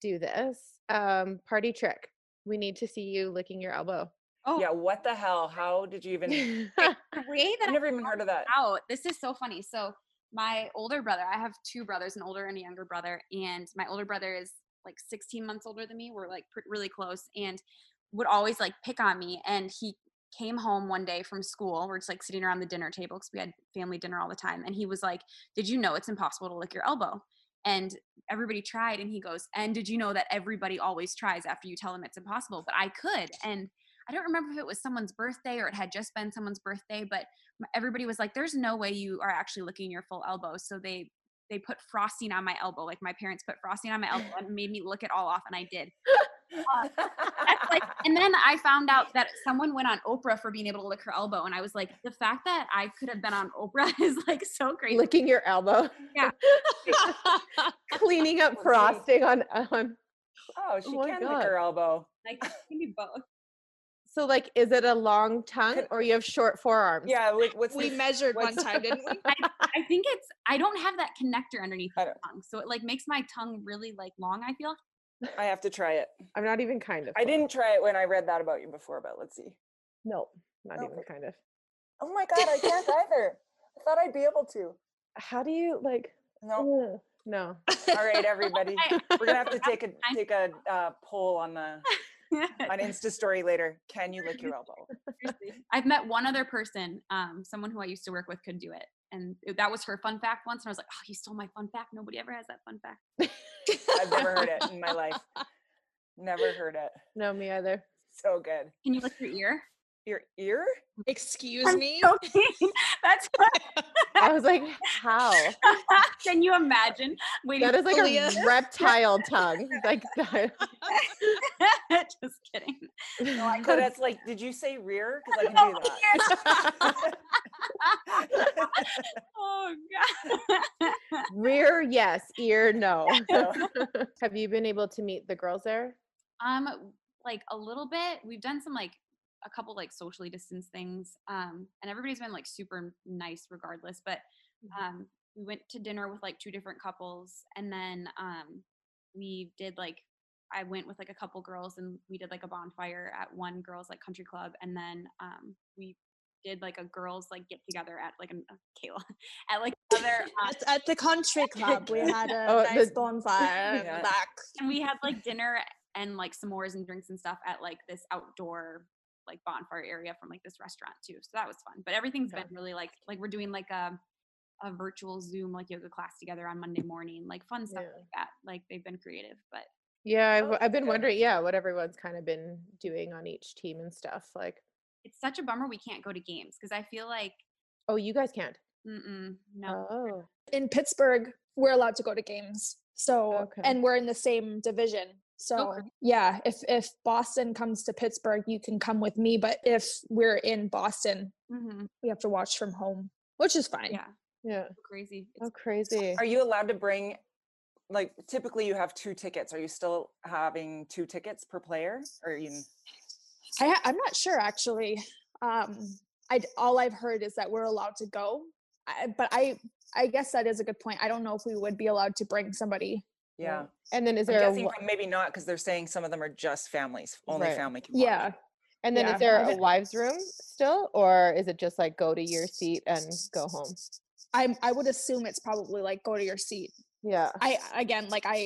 S1: do this. Um, party trick. We need to see you licking your elbow.
S3: Oh.
S2: Yeah, what the hell? How did you even
S3: Way that
S2: I've never even heard of that.
S3: out. Oh, This is so funny. So my older brother, I have two brothers, an older and a younger brother, and my older brother is like 16 months older than me. We're like pr- really close, and would always like pick on me. And he came home one day from school. We're just like sitting around the dinner table because we had family dinner all the time, and he was like, "Did you know it's impossible to lick your elbow?" And everybody tried, and he goes, "And did you know that everybody always tries after you tell them it's impossible?" But I could, and I don't remember if it was someone's birthday or it had just been someone's birthday, but m- everybody was like there's no way you are actually licking your full elbow so they they put frosting on my elbow like my parents put frosting on my elbow and made me lick it all off and i did That's like, and then i found out that someone went on oprah for being able to lick her elbow and i was like the fact that i could have been on oprah is like so crazy
S1: Licking your elbow.
S3: Yeah.
S1: Cleaning up
S2: Wait.
S1: frosting on on.
S2: oh, she
S1: Oh my
S2: can lick her elbow.
S3: like it can be both
S1: So like, is it a long tongue or you have short forearms?
S2: Yeah, like, what's
S4: we
S2: the-
S4: measured one
S2: what's-
S4: time didn't we
S3: i think it's i don't have that connector underneath
S2: I
S3: my tongue so it like makes my tongue really like long i feel
S2: I have to try it.
S1: I'm not even kind of.
S2: I
S1: full.
S2: didn't try it when I read that about you before, but let's see.
S1: No, not
S2: Oh.
S1: even kind of.
S2: Oh my god, I can't either. I thought I'd be able to.
S1: How do you like?
S2: No.
S1: ugh, No.
S2: All right, everybody.
S3: I-
S2: We're gonna have to take a
S3: I-
S2: take a uh, poll on the on Insta story later. Can you lick your elbow?
S3: Seriously. I've met one other person, um, someone who I used to work with could do it. And it- that was her fun fact once. And I was like, oh, you stole my fun fact. Nobody ever has that fun fact.
S2: I've never heard it in my life. Never heard it.
S1: No, me either.
S2: So good.
S3: Can you lick your ear?
S2: Your ear?
S5: Excuse me.
S3: So mean. That's what,
S1: I was like, how?
S3: can you imagine? Waiting.
S1: That is like
S5: Leah.
S1: a reptile tongue. Like that.
S3: Just kidding.
S2: So that's like, oh did you say rear? Because I can do that.
S3: oh God.
S1: Rear, yes. Ear, no.
S2: No.
S1: Have you been able to meet the girls there?
S3: um, like a little bit. We've done some like a couple like socially distanced things. Um, and everybody's been like super nice regardless. But um, we went to dinner with like two different couples, and then um, we did like I went with like a couple girls, and we did like a bonfire at one girls like country club, and then um, we did like a girls like get together at like an uh, Kayla at like another uh,
S5: At, at the country club, we had a
S1: Oh,
S5: nice
S1: the-
S5: bonfire in
S2: Yeah.
S5: the back.
S3: and we had like dinner and like s'mores and drinks and stuff at like this outdoor like bonfire area from like this restaurant too. So that was fun. But everything's
S1: Okay.
S3: been really like like we're doing like a a virtual Zoom like yoga class together on Monday morning, like fun stuff
S1: Yeah.
S3: like that. Like they've been creative, but
S1: Yeah, I've,
S2: Oh,
S1: I've been
S2: okay.
S1: wondering. Yeah, what everyone's kind of been doing on each team and stuff. Like,
S3: it's such a bummer we can't go to games because I feel like
S1: oh, you guys can't.
S3: mm-mm, no.
S1: Oh,
S4: In Pittsburgh, we're allowed to go to games. So
S1: Okay.
S4: and we're in the same division. So
S3: Okay.
S4: yeah, if if Boston comes to Pittsburgh, you can come with me. But if we're in Boston,
S3: Mhm,
S4: we have to watch from home, which is fine.
S3: Yeah,
S1: yeah.
S3: so crazy. It's
S1: Oh, crazy.
S2: Are you allowed to bring like typically you have two tickets. Are you still having two tickets per player? Or you n-
S4: I ha- I'm not sure actually. Um, I all I've heard is that we're allowed to go, I, but I I guess that is a good point. I don't know if we would be allowed to bring somebody.
S2: yeah. I'm
S1: And then is there a,
S2: guessing
S1: wi-
S2: prob- maybe not because they're saying some of them are just families. Only
S1: Right.
S2: family can watch.
S4: Yeah,
S1: and then
S4: yeah,
S1: is there
S4: I
S1: a wives' room still, or is it just like go to your seat and go home?
S4: I I would assume it's probably like go to your seat.
S1: Yeah.
S4: I again like I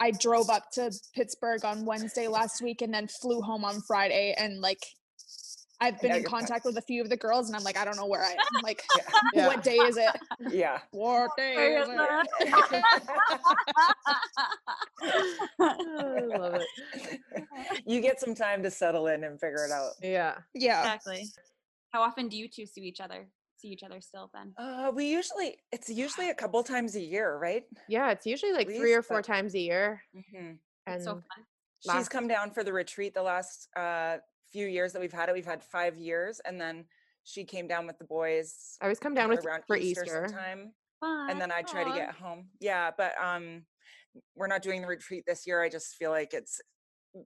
S4: I drove up to Pittsburgh on Wednesday last week and then flew home on Friday and like I've been
S2: know
S4: in
S2: your point.
S4: contact with a few of the girls and I'm like I don't know where I am. Like
S1: Yeah.
S4: what day is it?
S2: Yeah.
S4: What day is it?
S1: Oh, I love it.
S2: you get some time to settle in and figure it out.
S1: Yeah.
S4: Yeah.
S5: Exactly.
S3: How often do you two see each other? See each other still then?
S2: Uh, we usually it's usually a couple times a year, right?
S1: Yeah. It's usually like three
S2: least,
S1: or four
S2: but-
S1: times a year.
S2: Mm-hmm.
S1: And
S3: It's so fun.
S2: She's
S1: last-
S2: come down for the retreat the last uh, few years that we've had it. We've had five years, and then she came down with the boys
S1: I always come down with
S2: around
S1: for Easter.
S2: sometime,
S3: Fun.
S2: and then I try to
S3: Aw.
S2: get home. Yeah, but um, we're not doing the retreat this year. I just feel like it's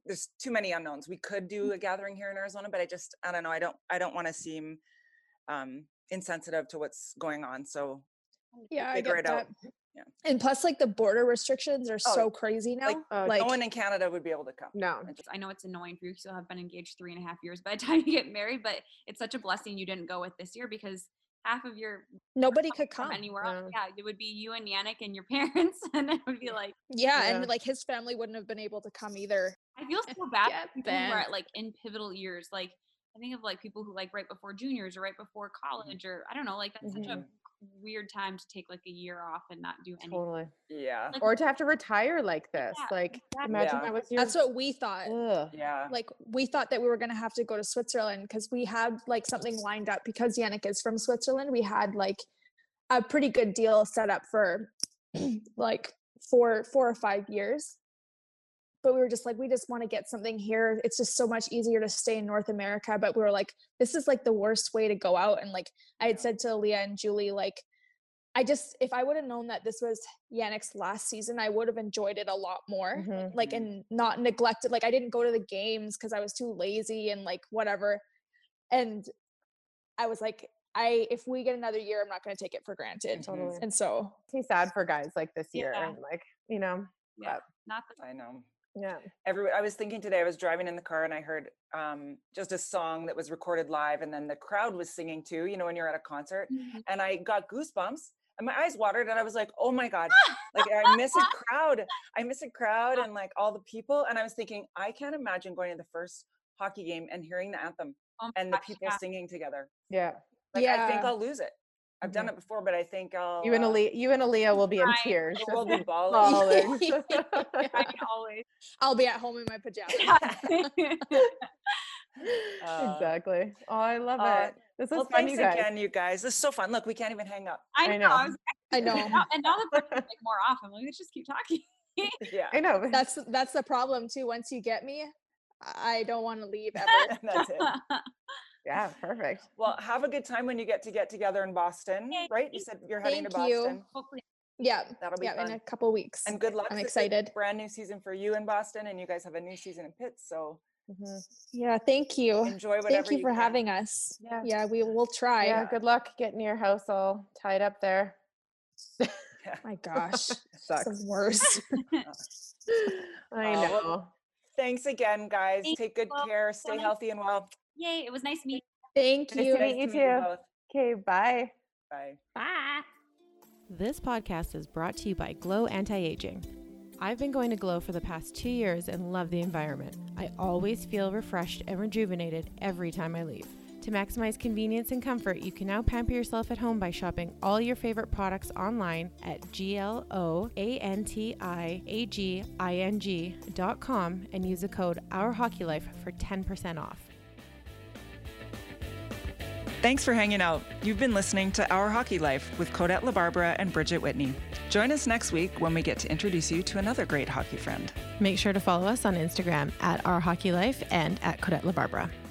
S2: there's too many unknowns. We could do a gathering here in Arizona, but I just I don't know. I don't I don't want to seem um, insensitive to what's going on. So
S4: Yeah, I
S2: Figure
S4: get
S2: it out.
S4: that.
S2: Yeah.
S4: And plus, like the border restrictions are so crazy now.
S2: like,
S1: Oh,
S4: Like,
S2: no one in Canada would be able to come.
S1: No.
S3: It's- I know it's annoying for you because you'll have been engaged three and a half years by the time you get married, but it's such a blessing you didn't go with this year because half of your
S4: nobody could
S3: from
S4: come.
S3: anywhere
S1: no.
S3: else. Yeah, it would be you and Yannick and your parents, and it would be like
S4: Yeah,
S1: Yeah.
S4: and like his family wouldn't have been able to come either.
S3: I feel so bad
S5: Yeah,
S3: for people who are
S5: Ben.
S3: at, like in pivotal years. Like I think of like people who like right before juniors or right before college or I don't know, like that's such a weird time to take like a year off and not do anything.
S1: Totally.
S2: Yeah.
S3: Like,
S1: Or to have to retire like this.
S3: Yeah,
S1: Like,
S3: exactly.
S1: imagine
S2: Yeah.
S1: that was your.
S4: That's what we thought.
S1: Ugh.
S2: Yeah.
S4: Like we thought that we were gonna have to go to Switzerland because we had like something lined up because Yannick is from Switzerland. We had like a pretty good deal set up for like four four or five years. But we were just like, we just want to get something here. It's just so much easier to stay in North America. But we were like, this is like the worst way to go out. And like I had said to Leah and Julie, like, I just if I would have known that this was Yannick's last season, I would have enjoyed it a lot more
S1: Mhm.
S4: like
S2: Mm-hmm.
S4: and not neglected like i didn't go to the games because i was too lazy and like whatever and i was like i if we get another year i'm not going to take it for granted
S2: Mhm.
S1: Totally.
S4: and so
S1: It's sad for guys like this year
S3: Yeah.
S1: and like, you know,
S3: Yeah, not the
S2: I know.
S6: Yeah.
S2: everyone i was thinking today i was driving in the car and i heard um, just a song that was recorded live and then the crowd was singing too you know when you're at a concert
S6: Mm.
S2: and i got goosebumps and my eyes watered and i was like oh my god like i miss a crowd i miss a crowd and like all the people and i was thinking i can't imagine going to the first hockey game and hearing the anthem
S3: Oh my
S2: and the
S3: gosh,
S2: people
S3: yeah.
S2: singing together
S6: Yeah. Mm-hmm.
S2: like i think
S4: Yeah.
S2: i'll lose it i've done it before but i think i'll
S6: You and
S2: uh,
S6: Aaliyah, you and Aaliyah will be in
S3: Right.
S6: tears.
S2: we'll be balling.
S6: Bawling.
S3: I mean, always.
S4: I'll be at home in my pajamas.
S2: Uh,
S6: exactly. Oh, I love
S2: uh,
S6: it. This was
S2: well
S6: fun,
S2: thanks
S6: you guys.
S2: again you guys this is so fun look we can't even hang up
S3: I know.
S6: I know.
S3: I was,
S4: I know.
S3: now- and now that we're doing, like more often, like let's just keep talking.
S2: yeah
S6: I know. That's
S4: That's that's the problem too. Once you get me, I don't want to leave ever.
S2: that's it
S6: yeah, perfect.
S2: Well, have a good time when you get to get together in Boston,
S3: Yay.
S2: right? You said you're heading to
S4: Thank you.
S2: Boston.
S3: Hopefully,
S4: yeah.
S2: That'll be
S4: Yeah, in
S2: fun.
S4: a couple weeks.
S2: And good luck.
S4: I'm
S2: This is
S4: excited.
S2: a brand new season for you in Boston, and you guys have a new season in Pitt. So
S6: Mhm.
S4: Yeah, thank you.
S2: enjoy whatever.
S4: Oh, Thank you for
S2: can.
S4: having us.
S6: Yeah.
S4: Yeah, we will try.
S6: Yeah, good luck getting your house all tied up there.
S4: My gosh. it's
S6: Sucks.
S4: the worst.
S6: I
S2: Oh, well,
S6: know.
S2: Thanks again, guys.
S3: Thank
S2: Take good
S3: you.
S2: care. Stay
S3: nice
S2: healthy and well.
S3: yay! It was nice meeting.
S4: Thank
S6: Nice
S4: you.
S6: to meet you too.
S2: both.
S6: Okay, bye.
S2: Bye.
S3: Bye.
S1: This podcast is brought to you by Glow Anti Aging. I've been going to Glow for the past two years and love the environment. I always feel refreshed and rejuvenated every time I leave. To maximize convenience and comfort, you can now pamper yourself at home by shopping all your favorite products online at gloantiaging.com and use the code OurHockeyLife for 10% off.
S2: Thanks for hanging out. You've been listening to Our Hockey Life with Codette LaBarbera and Bridget Whitney. Join us next week when we get to introduce you to another great hockey friend.
S1: Make sure to follow us on Instagram at OurHockeyLife and at Codette LaBarbera.